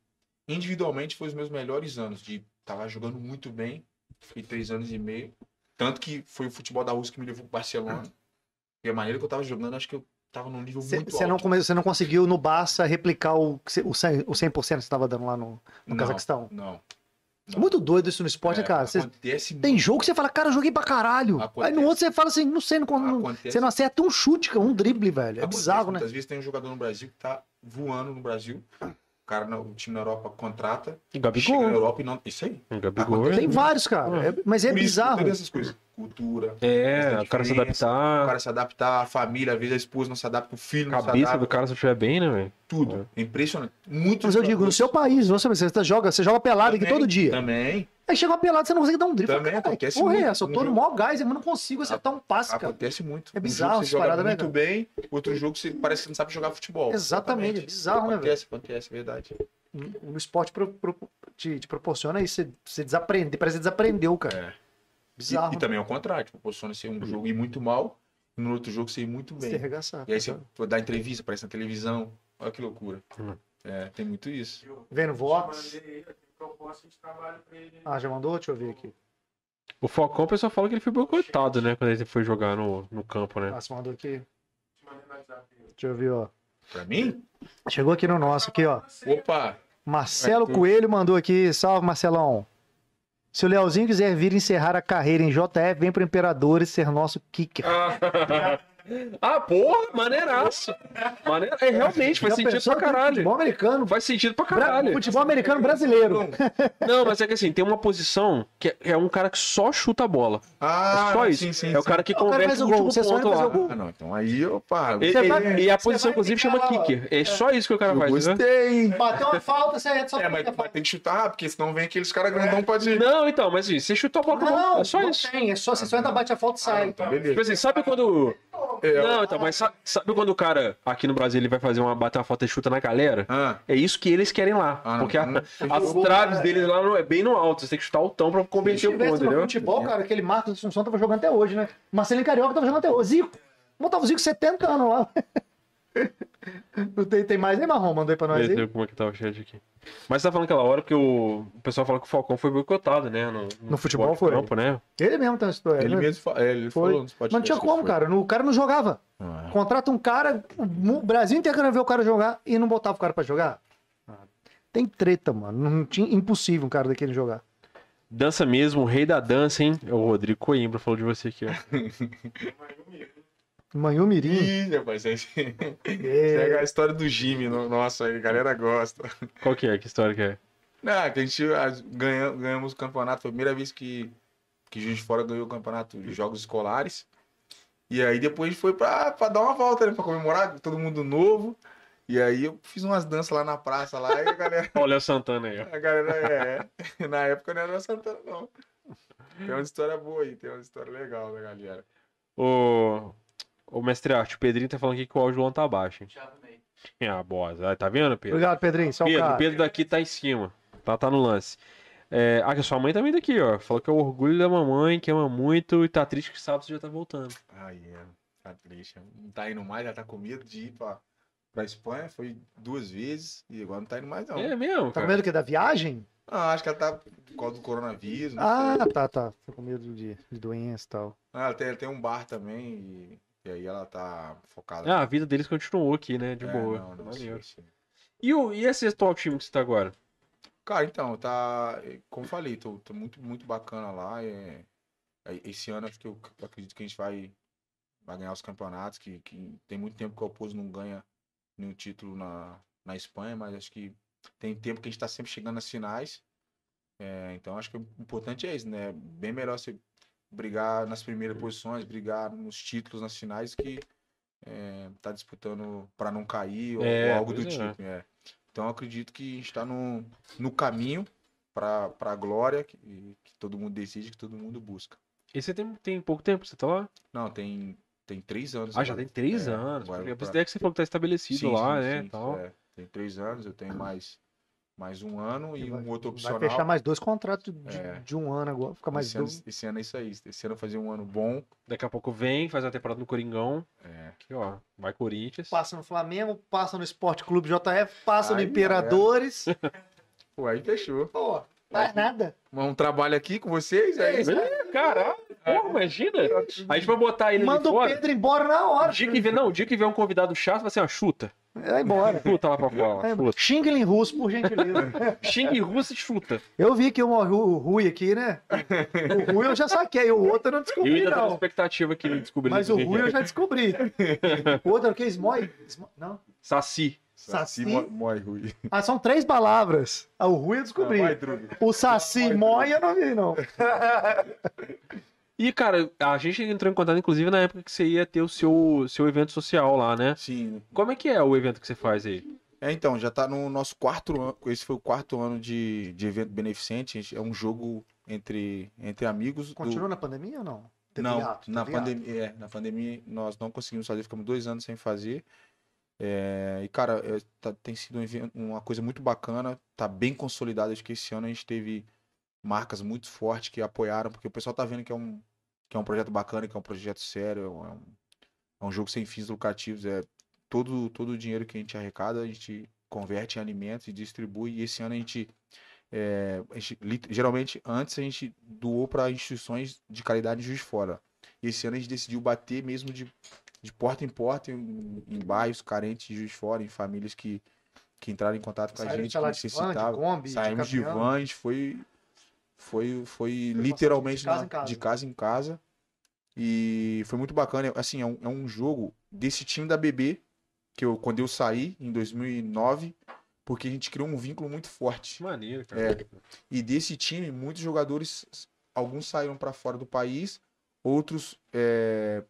individualmente, foi os meus melhores anos. De tava jogando muito bem. Fiquei três anos e meio. Tanto que foi o futebol da Rússia que me levou pro Barcelona. E a maneira que eu tava jogando, acho que eu tava num nível muito Você alto. não, come- cê não conseguiu no Barça replicar o, que cê- o 100%, o 100 que você estava dando lá no, no Não, Cazaquistão. Não. não. Muito doido isso no esporte, né, É, cara. Cê- acontece tem muito. jogo que você fala, cara, eu joguei pra caralho. Aí no Acontece. outro você fala assim, não sei, não, não, Acontece, você não acerta um chute, cara, um drible, velho. É acontece bizarro, né? Muitas vezes tem um jogador no Brasil que tá voando no Brasil. O cara, na- o time na Europa contrata, chega na Gabigol. Europa e não. Isso aí. Gabigol. Tem vários, cara. É- mas é Por isso que bizarro. Todas essas coisas. Cultura. É, Essa o cara se diferença, O adaptar. cara se adaptar, a família, às vezes a esposa não se adapta, o filho não se Cabeça adapta. do cara se estiver bem, né, velho? Tudo. É impressionante. Muito Mas eu digo, no seu país, você, você joga, você joga pelado aqui todo dia. Também. Aí chega uma pelada, você não consegue dar um drible. Também Fala, "Caralho, acontece Porra, é muito. Ah, essa? Eu tô no maior gás, mas não consigo acertar um passe, cara. Acontece muito. É Um bizarro jogo essa você joga parada, né, muito cara? bem, outro jogo você parece que não sabe jogar futebol. Exatamente, é bizarro, né, acontece, velho? Acontece, acontece, verdade. O esporte pro- pro- te, te proporciona isso. Você, você desaprende, parece que desaprendeu, cara. É. Bizarro. E, e também ao contrário, tipo, posiciona ser um jogo ir muito mal, e no outro jogo ser ir muito Se bem. arregaçar. E aí você pô, dá entrevista, aparece na televisão. Olha que loucura. Hum. É, tem muito isso. Vendo Vox. Mandei ele, tem proposta de trabalho pra ele. Ah, já mandou? Deixa eu ver aqui. O Falcão, o pessoal fala que ele foi boicotado, né? Quando ele foi jogar no, no campo, É. né? Ah, você mandou aqui. Te mandei no WhatsApp. Eu Deixa eu ver, ó. Pra mim? Chegou aqui no nosso, aqui, ó. não sei, Opa! Marcelo Arthur. Coelho mandou aqui. Salve, Marcelão. Se o Leozinho quiser vir encerrar a carreira em JF, vem pro Imperadores ser nosso kicker. Ah, porra, maneiraço. Maneira... É, realmente, faz Já sentido pensou pra que é um caralho. Futebol americano. Faz sentido pra bra- caralho. Futebol americano brasileiro. Não, mas é que assim, tem uma posição que é- é um cara que só chuta a bola. Ah, É só isso. Sim, sim, É o sim. cara que O cara faz converte o o gol, último você só ponto vai fazer lá. o gol. Ah, não. Então aí, opa. E, Você e- vai- e a você posição, vai inclusive, ficar chama lá, ó. kicker. É só isso que o cara Eu faz, né? gostei. Bateu uma falta, você é só É, mas, mas tem que chutar, porque senão vem aqueles caras grandão pra dizer. Não, então, mas assim, você chutou a bola com a mão. Não, É só não isso. tem, é só, você só entra, bate a falta e sai. Então, beleza. Tipo assim, sabe quando. É, Não, então, mas sabe, sabe quando o cara aqui no Brasil ele vai fazer uma bater uma foto e chuta na galera? Ah, É isso que eles querem lá. Ah, não. porque a- Não, as traves deles lá não é bem no alto. Você tem que chutar o tão pra Se converter o tivesse tipo ponto, no entendeu? futebol, cara, aquele Marcos Assunção tava jogando até hoje, né? Marcelinho Carioca tava jogando até hoje. Zico. Botava o Zico 70 anos lá. Não tem, tem mais, nem marrom mandou aí pra nós Deixa eu aí. ver como é que tá o chat aqui. Mas você tá falando aquela hora que o, o pessoal fala que o Falcão foi boicotado, né? No, No futebol esporte foi. Campo, né? Ele mesmo tem uma história. Ele né? mesmo fa- é, ele Foi. falou nos Mas podcasts. não tinha que como, foi. cara. O cara não jogava. Ah, Contrata um cara, o Brasil inteiro querendo ver o cara jogar e não botava o cara pra jogar. Tem treta, mano. Não tinha, impossível um cara daquele jogar. Dança mesmo, o rei da dança, hein? É O Rodrigo Coimbra falou de você aqui, ó. Mas eu mesmo. Manhã Mirim. Ih, rapaz, é, É, é a história do Jimmy, no- nossa, a galera gosta. Qual que é? Que história que é? Não, que a gente a- ganha- ganhamos o campeonato, foi a primeira vez que, que Juiz de Fora ganhou o campeonato de jogos escolares. E aí depois a gente foi pra, pra dar uma volta, né, pra comemorar, todo mundo novo. E aí eu fiz umas danças lá na praça, lá, e a galera... Olha o Santana aí, ó. A galera é. Na época não era Santana, não. Tem uma história boa aí, tem uma história legal da galera. O, o mestre Arte, o Pedrinho tá falando aqui que o áudio do Luan tá baixo. hein? Thiago né? Ney. É a bosta. Ah, Tá vendo, é, Pedro? Obrigado, Pedrinho. então, Só o Pedro, cara. Pedro daqui tá em cima. Tá, tá no lance. É, ah, que a sua mãe também daqui, ó. Falou que é o orgulho da mamãe, que ama muito e tá triste que sábado você já tá voltando. Aí, é. Tá triste. Não tá indo mais, já tá com medo de ir pra, pra Espanha. Foi duas vezes e agora não tá indo mais, não. É mesmo, Tá com cara. medo do quê? Da viagem? Ah, acho que ela tá por causa do coronavírus. Não Ah, sei. tá, tá. Tô com medo de, de doença e tal. Ah, Ela tem, tem um bar também e, e aí ela tá focada. Ah, a vida deles continuou aqui, né? De É, boa. não, não Maneiro. sei, sim. E, o, e esse atual time que você tá agora? Cara, então, tá. Como eu falei, tô, tô muito, muito bacana lá. É, é, esse ano acho que eu, eu acredito que a gente vai, vai ganhar os campeonatos, que, que tem muito tempo que o Oposo não ganha nenhum título na, na Espanha, mas acho que tem tempo que a gente tá sempre chegando nas finais. É, então acho que o importante é isso, né? Bem melhor você brigar nas primeiras posições, brigar nos títulos, nas finais, que é, tá disputando para não cair ou, É, ou algo do pois é. tipo. é. Então eu acredito que a gente tá no, no caminho para a glória que, que todo mundo decide, que todo mundo busca. E você tem, tem pouco tempo que você tá lá? Não, tem, tem três anos. Ah, já agora. tem três É, anos. agora Porque eu eu vou pra- pensei que você falou que tá estabelecido Sim, lá, sim, né? sim, tal. é. Tem três anos, eu tenho mais, mais um ano e Vai- um outro Vai opcional. fechar mais dois contratos de, É. de um ano agora. Fica mais esse, ano, dois. esse ano é isso aí. Esse ano eu fazer um ano bom. Daqui a pouco vem, faz uma temporada no Coringão. É. Aqui, ó. Vai Corinthians. Passa no Flamengo, passa no Esporte Clube JF, passa no Ai, Imperadores. Pô, aí fechou. Pô, faz nada. Mas um trabalho aqui com vocês, é isso. Ih, Caralho, porra, imagina. É. A gente vai botar ele ali Manda o fora. Pedro embora na hora. Dia que vem, não, dia que vem um convidado chato, vai ser uma chuta. Vai embora. Chuta lá pra fora. Vai lá, embora. Chuta. Xinga ele em russo, por gentileza. Xingue russa e chuta. Eu vi que um, o Rui aqui, né? O Rui eu já saquei, o outro eu tá não Eu descobri, ainda tô na não. expectativa que ele descobriu. Mas o Rui eu já descobri. O outro é o que? Smoi? Smo- Não. Saci. Saci. mo- Mói, Rui. Ah, são três palavras. Ah, o Rui eu Ah, vai, descobri. Druga. O Saci Moi eu não vi, não. E, cara, a gente entrou em contato, inclusive, na época que você ia ter o seu, seu evento social lá, né? Sim. Como é que é o evento que você faz aí? É, então, já tá no nosso quarto ano. Esse foi o quarto ano de, de evento beneficente. A gente- É um jogo entre, entre amigos. do- Continua na pandemia ou não? Teve não, hiato, na, teve hiato. pandemia, é, na pandemia nós não conseguimos fazer, ficamos dois anos sem fazer. É, e, cara, é, tá- tem sido um even- uma coisa muito bacana, tá bem consolidado. Acho que esse ano a gente teve marcas muito fortes que apoiaram, porque o pessoal tá vendo que é um, que é um projeto bacana, que é um projeto sério, é um, é um- é um jogo sem fins lucrativos. É, todo, todo o dinheiro que a gente arrecada, a gente converte em alimentos e distribui. E esse ano a gente é, a gente, lit- geralmente, antes a gente doou para instituições de caridade em Juiz de Fora. E esse ano a gente decidiu bater mesmo de, de porta em porta em, em bairros carentes de Juiz de Fora, em famílias que, que entraram em contato com a Saíram gente, de que lá de van, de necessitavam. Kombi, Saímos de caminhão. van, a gente foi, foi, foi passando literalmente de casa na- em casa. de casa em casa. E foi muito bacana. Assim, é um, é um jogo desse time da BB, que eu, quando eu saí em 2009, porque a gente criou um vínculo muito forte. Que maneiro, É, cara. Ah, E desse time, muitos jogadores, alguns saíram para fora do país, outros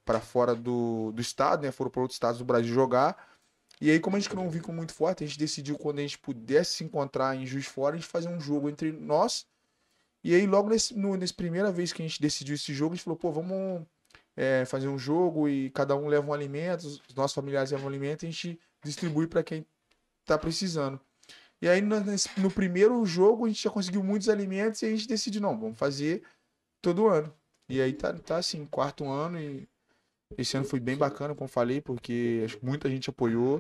para fora do, do estado, né? Foram para outros estados do Brasil jogar. E aí, como a gente criou um vínculo muito forte, a gente decidiu quando a gente pudesse se encontrar em Juiz de Fora, a gente fazer um jogo entre nós. E aí, logo nesse, no, nessa primeira vez que a gente decidiu esse jogo, a gente falou, pô, vamos é, fazer um jogo e cada um leva um alimento, os os nossos familiares levam um alimento e a gente distribui para quem tá precisando. E aí, no, nesse- no primeiro jogo, a gente já conseguiu muitos alimentos e a gente decidiu, não, vamos fazer todo ano. E aí tá, tá assim, quarto ano e esse ano foi bem bacana, como eu falei, porque acho que muita gente apoiou.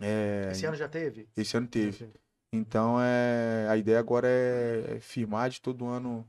É, Esse ano já teve? esse ano teve. Então é, a ideia agora é firmar de todo ano,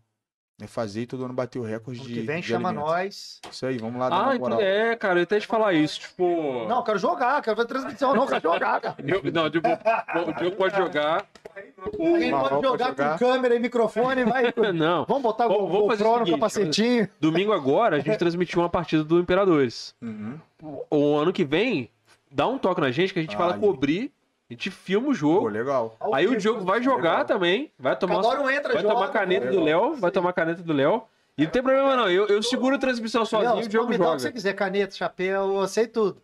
é fazer e todo ano bater o recorde Ano de. que vem de chama alimento. nós. Isso aí, vamos lá dar Ah, uma então moral. é, cara, eu ia até te falar isso, tipo. Não, eu quero jogar, quero fazer transmissão, não, eu quero jogar, cara. eu- não, tipo, o Diogo pode jogar. A gente Mas pode vamos jogar, jogar. com câmera e microfone, vai. Não. Vamos botar o Vamos- vamos fazer o GoPro no seguinte, capacetinho. Domingo agora a gente transmitiu uma partida do Imperadores. Uhum. O- O ano que vem, dá um toque na gente que a gente vai lá Aí. cobrir, a gente filma o Pô, jogo. legal. Aí o Diogo vai jogar também, vai tomar Cada hora um entra, Vai joga. tomar caneta do Léo, vai tomar caneta do Léo. E não tem problema não, eu, eu seguro a transmissão sozinho Léo, e o você pode Diogo me dar um o que você joga. quiser, caneta, chapéu, eu sei tudo.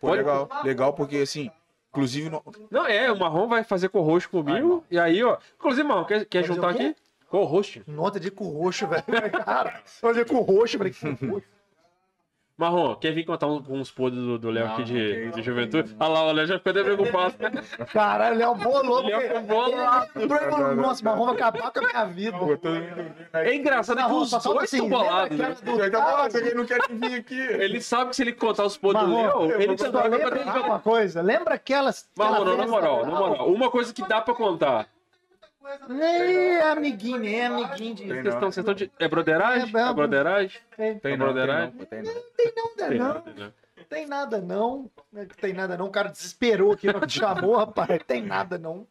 Pô, Pode- legal. Legal, porque assim, inclusive. No... Não, é, o Marrom vai fazer co-host comigo, e aí, ó... Inclusive, Marrom, quer, quer Vai fazer juntar o quê? aqui? Co-host. Nota de cu roxo, velho. Cara, eu olhei com roxo, falei, cu roxo. Marrom, quer vir contar um- uns podres do do Léo Não, aqui não de, quero, de não juventude? quero. Olha lá, o Léo já ficou até preocupado. Caralho, o Léo bolou. Léo porque ficou bolado. ele entrou e falou, Nossa, marrom vai acabar com a minha vida. Pô, todo mundo- É engraçado que Marrom, os só falta dois assim, estão lembra bolados, aquela né? do Então, cara? ah, você não quer vir aqui. Ele sabe que se ele contar os podres do Marrom, Léo, ele Você vai só lembra de pra uma coisa? Lembra aquelas... Marrom, não, aquela na moral, na festa? moral. Uma coisa que dá pra contar. É amiguinho, é amiguinho de... Tem Vocês não. estão- vocês estão de... É broderagem? É, é, É broderagem? Tá Tem não, tem broderagem? não, tem não. Não, não, tem nada não. Não é que Tem nada não. O cara desesperou aqui, não te chamou, rapaz. Tem nada não.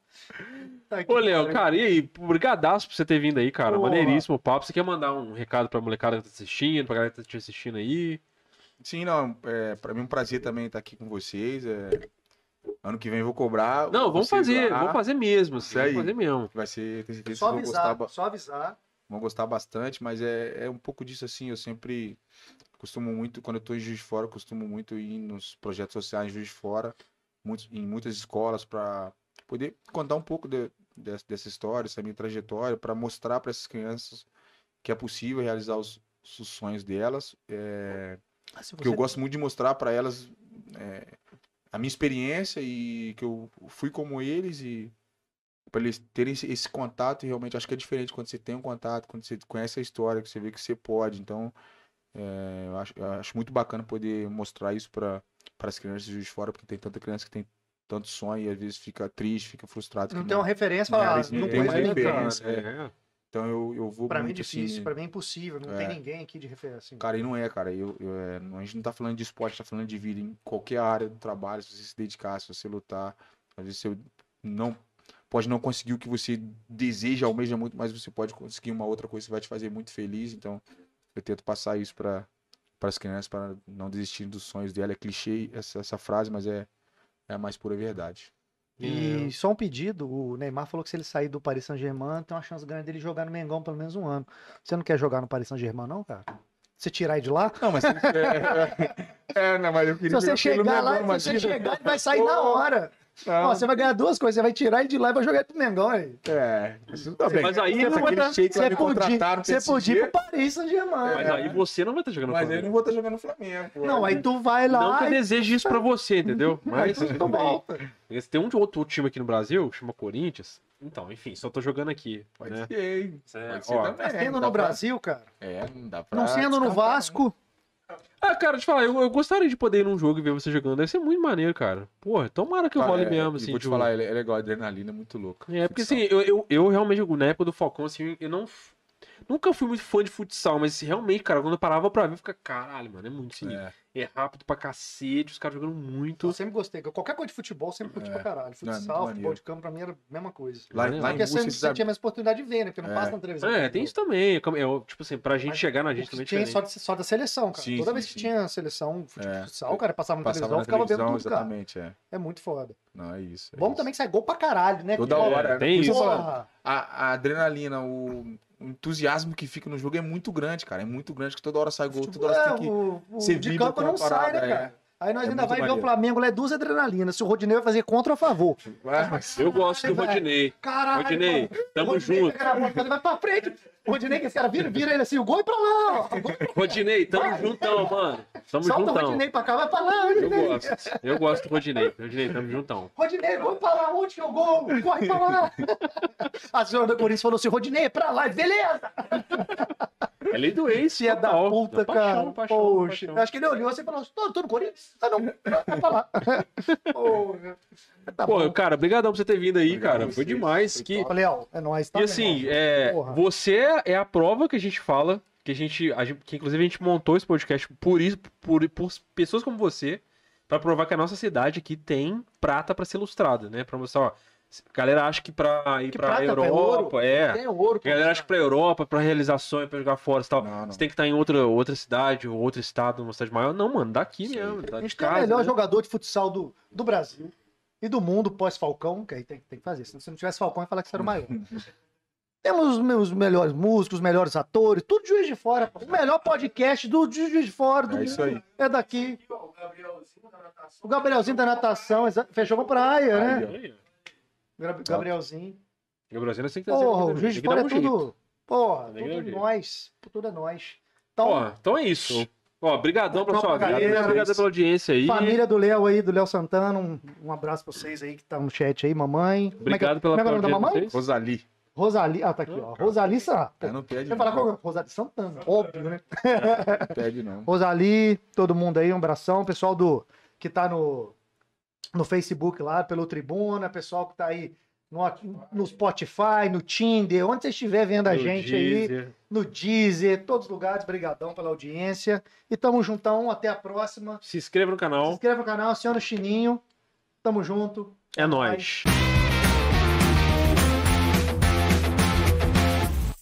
Tá aqui, Ô, Léo, cara, e aí? Brigadaço por você ter vindo aí, cara. Porra. Maneiríssimo o papo. Você quer mandar um recado pra molecada que tá assistindo, pra galera que tá te assistindo aí? Sim, não. É, pra mim é um prazer também estar aqui com vocês. é. Ano que vem eu vou cobrar. Não, vamos vocês fazer, lá. vamos fazer mesmo, assim, Ah. Isso aí. vamos fazer mesmo. Vai ser, tenho certeza É Só que vocês vão gostar, avisar, ba- só avisar. vão gostar bastante, mas é, é um pouco disso assim. Eu sempre costumo muito, quando eu estou em Juiz de Fora, eu costumo muito ir nos projetos sociais em Juiz de Fora, muitos, em muitas escolas, para poder contar um pouco de- dessa, dessa história, dessa minha trajetória, para mostrar para essas crianças que é possível realizar os, os sonhos delas. É, Ah, se que eu você- gosto muito de mostrar para elas é, a minha experiência e que eu fui como eles e para eles terem esse, esse contato e realmente acho que é diferente quando você tem um contato, quando você conhece a história, que você vê que você pode. Então, é, eu, acho, eu acho muito bacana poder mostrar isso para as crianças de Juiz de fora, porque tem tanta criança que tem tanto sonho e às vezes fica triste, fica frustrado. que Não tem um uma referência, Não, fala, isso não não Tem tem mais conheço, mais cara. diferença, é. Então eu, eu vou Pra mim é né? muito assim, difícil, pra mim é impossível. Não tem ninguém aqui de referência. assim. Cara, e não é, cara. Eu, eu, é, não- a gente não tá falando de esporte, tá falando de vida. Em qualquer área do trabalho, se você se dedicar, se você lutar, às vezes você não pode não conseguir o que você deseja, almeja muito, mas você pode conseguir uma outra coisa que vai te fazer muito feliz. Então, eu tento passar isso para as crianças, para não desistirem dos sonhos dela. É clichê essa, essa frase, mas é, é a mais pura verdade. E só um pedido, o Neymar falou que se ele sair do Paris Saint-Germain, tem uma chance grande dele jogar no Mengão pelo menos um ano. Você não quer jogar no Paris Saint-Germain não, cara? Você tirar ele de lá? Não, mas. é, não, é mas eu Se queria você chegar lá, se você chegar, ele vai sair na hora. Ó, você vai ganhar duas coisas, você vai tirar ele de lá e vai jogar ele pro Mengão aí. É, isso tá bem. Mas aí, Essa não vai tá- clichê que lá é Você me podia, contrataram pra você esse podia dia. ir pro Paris É, Saint-Germain. Mas aí você não vai estar jogando Mas Flamengo. eu não vou estar jogando no Flamengo. pô. Não, aí tu vai Não lá que eu e deseje isso pra você, entendeu? Mas tu tu volta. Esse tem um outro time aqui no Brasil, que chama Corinthians. Então, enfim, só tô jogando aqui. Pode né? ser, hein? Isso é- Pode ser ó. também. Tá não sendo dá no pra- Brasil, cara. É, não dá pra. Não sendo no descartar, né? Vasco. Ah, cara, deixa eu falar, eu, eu gostaria de poder ir num jogo e ver você jogando. Deve ser muito maneiro, cara. Porra, tomara que eu Cara, role é, mesmo, e assim. Vou te de- falar, é, é legal, a adrenalina é muito louca. É, porque Ficção. assim, eu, eu, eu realmente, na época do Falcão, assim, eu não. f- Nunca fui muito fã de futsal, mas assim, realmente, cara, quando eu parava pra ver, eu ficava, caralho, mano, é muito sinistro. É, É, rápido pra cacete, os caras jogando muito. Eu sempre gostei. Qualquer coisa de futebol, eu sempre curti É. pra caralho. Não, é muito Futsal, futebol maneiro. de campo, pra mim era a mesma coisa. Lá, Não, lá em Porque Rússia, você, eles você ab- tinha mais oportunidade de ver, né? Porque não É. passa na televisão. É, tem isso também. como- é, tipo assim, pra gente Mas chegar na O gente que também é tinha diferente. só, de- só da seleção, cara. Sim, Toda sim, vez que sim. tinha seleção fute- É. futsal, cara, passava na Passava televisão, na ficava vendo televisão, tudo, cara. exatamente, é. É muito foda. Não, é isso. é Bom isso. também que sai gol pra caralho, né? Toda cara? hora. É, tem Por isso isso. eu falo, Porra! A, a adrenalina, o o entusiasmo que fica no jogo é muito grande, cara. É muito grande, que toda hora sai gol, toda Futebol, hora você é, tem que. o, o você de vibra campo com a não sai, né, parada, é. cara? Aí nós É ainda muito vai ver o maneiro. Flamengo, lá é duas adrenalinas. Se o Rodinei vai fazer contra ou a favor. Ah, mas- Eu gosto do Caralho, Rodinei. Ah, Caralho! Rodinei, mano. então, tamo Rodinei junto. pega na bola, Ele vai pra frente. Rodinei, que esse cara vira, vira ele assim, o gol é pra lá. ó. Rodinei, tamo Vai. juntão, mano. Tamo Solta o juntão. Rodinei pra cá, vai pra lá, Eu Rodinei. gosto. Eu gosto do Rodinei. Rodinei, tamo juntão. Rodinei, vamos pra lá, onde que eu gol? Corre pra lá. A senhora do Corinthians falou assim, Rodinei, é pra lá. Beleza! É lei do ex. Filha da total. É puta, cara. Paixão, paixão, Poxa. paixão. Eu Acho que ele olhou assim e falou: tô, tô no Corinthians? Tá não. Vai pra lá. Porra. Tá Pô, bom. cara, obrigadão por você ter vindo aí, Obrigado cara. a Foi vocês, demais. foi que... top. Léo, é nóis, tá? E meu assim, irmão? é, Porra. você é a prova que a gente fala, que a gente, a gente- que inclusive a gente montou esse podcast por isso, por, por pessoas como você, pra provar que a nossa cidade aqui tem prata pra ser ilustrada, né? Pra mostrar, ó, a galera acha que pra ir Que pra prata, pô, é Europa, é. Tem ouro. né? A galera acha que pra Europa, pra realização, pra jogar fora e tal. Não, não. Você tem que estar em outra, outra cidade, ou outro estado, numa cidade maior. Não, mano, daqui Isso aí. mesmo. Tá A de gente tem o casa, melhor né? jogador de futsal do, do Brasil e do mundo pós-Falcão, que aí tem, tem que fazer. Se não tivesse Falcão, ia falar que você era o maior. Temos os meus melhores músicos, os melhores atores, tudo de Juiz de Fora. pô. O melhor podcast do de Juiz de Fora do É isso mundo aí. é daqui. ó, o Gabrielzinho da natação. O Gabrielzinho da natação exa- fechou com praia, né? Aí, ó. Aí, ó. Gra- Gabrielzinho. Gabrielzinho, Tá. você tem que trazer Porra, aqui o também, Juiz tem de que dar Fora é um jeito. tudo. Porra, Tem que dar um tudo jeito. nós. Tudo é nós. Então, Ó, então é isso. Ó, brigadão pela Obrigado sua pra vida, galera. obrigado pela audiência aí. família do Léo aí, do Léo Santana, um, um abraço pra vocês aí que tá no chat aí, mamãe. Como é que é? Obrigado pela Como é que é o nome audiência da de mamãe? vocês. Rosali. Rosali. Ah, tá aqui, ó. Rosali Santana. Aí não pede Você não. falar com Rosali Santana, óbvio, né? Não pede não. Rosali, todo mundo aí, um abração. Pessoal do que tá no, no Facebook lá, pelo Tribuna, pessoal que tá aí no, no Spotify, no Tinder, onde você estiver vendo a Do gente aí, Deezer. no Deezer, todos os lugares, brigadão pela audiência. E tamo juntão, até a próxima. Se inscreva no Se canal. inscreva no canal, aciona o sininho. Tamo junto. É nóis.